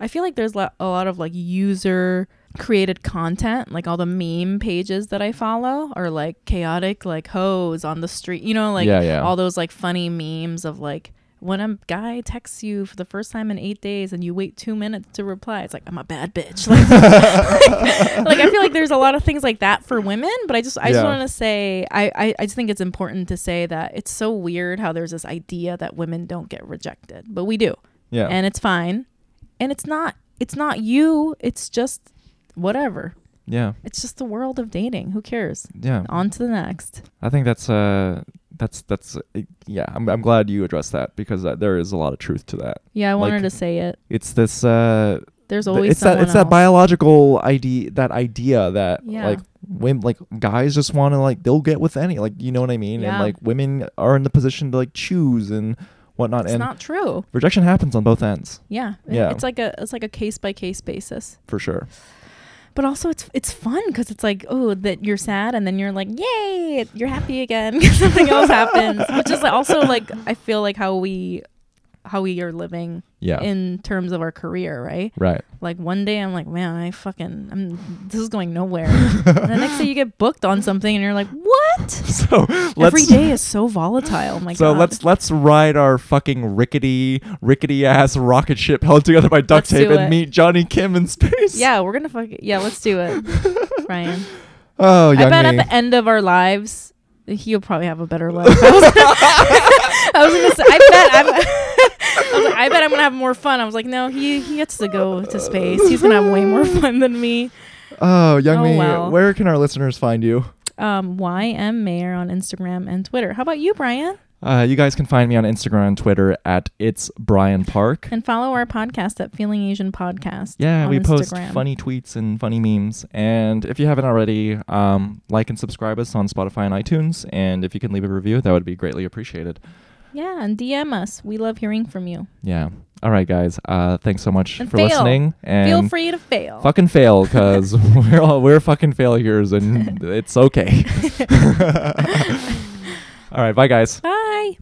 A: i feel like there's lo- a lot of like user created content like all the meme pages that i follow are like chaotic like hoes on the street you know like
B: Yeah, yeah.
A: all those like funny memes of like when a guy texts you for the first time in eight days and you wait two minutes to reply it's like i'm a bad bitch *laughs* like, *laughs* like i feel like there's a lot of things like that for women but i just i
B: Yeah.
A: just want to say I, I i just think it's important to say that it's so weird how there's this idea that women don't get rejected but we do
B: yeah.
A: and it's fine and it's not it's not you it's just whatever
B: Yeah.
A: It's just the world of dating. Who cares?
B: Yeah.
A: On to the next.
B: I think that's uh that's that's uh, yeah. I'm I'm glad you addressed that because uh, there is a lot of truth to that.
A: Yeah, I wanted to
B: Like-
A: say it.
B: It's this uh
A: There's
B: th-
A: always
B: it's that
A: someone
B: it's that
A: else.
B: biological idea that idea that
A: Yeah.
B: like women like guys just want to like they'll get with any like you know what I mean
A: Yeah.
B: and like women are in the position to like choose and whatnot
A: It's
B: and
A: not true.
B: rejection happens on both ends
A: Yeah. It-
B: Yeah.
A: It's like a it's like a case by case basis.
B: for sure.
A: But also it's it's fun because it's like oh that you're sad and then you're like yay you're happy again *laughs* something
B: *laughs*
A: else happens which is also like I feel like how we how we are living
B: Yeah.
A: in terms of our career right
B: right. *laughs*
A: like one day I'm like man I fucking I'm this is going nowhere and the next day you get booked on something and you're like what
B: So
A: every
B: let's
A: day is so volatile oh my
B: so
A: god
B: let's let's ride our fucking rickety rickety ass rocket ship held together by duct
A: Let's
B: tape
A: do
B: and
A: it.
B: meet Johnny Kim in space.
A: yeah we're gonna fuck yeah let's do it Ryan
B: *laughs* Oh, young
A: I bet
B: me.
A: at the end of our lives, he'll probably have a better life. I was, I was gonna *laughs* say, I bet I'm. *laughs* I, was like, I bet I'm gonna have more fun. I was like, no, he he gets to go to space. He's gonna have way more *laughs* fun than me.
B: oh, young
A: Oh,
B: me.
A: well.
B: Where can our listeners find you?
A: Um, YM Mayer on Instagram and Twitter. How about you, Brian?
B: Uh, you guys can find me on Instagram and Twitter at it's Brian Park.
A: And follow our podcast at Feeling Asian Podcast.
B: Yeah,
A: on
B: we post
A: Instagram.
B: funny tweets and funny memes. And if you haven't already, um, like and subscribe us on Spotify and iTunes. And if you can leave a review, that would be greatly appreciated.
A: Yeah, and DM us. We love hearing from you.
B: Yeah. All right, guys. Uh, thanks so much
A: And
B: for
A: fail.
B: listening. And
A: Feel free to fail.
B: Oh. *laughs* fucking fail, cause we're all we're fucking failures, and it's okay. *laughs* all right. Bye,
A: *laughs*
B: guys.
A: Bye.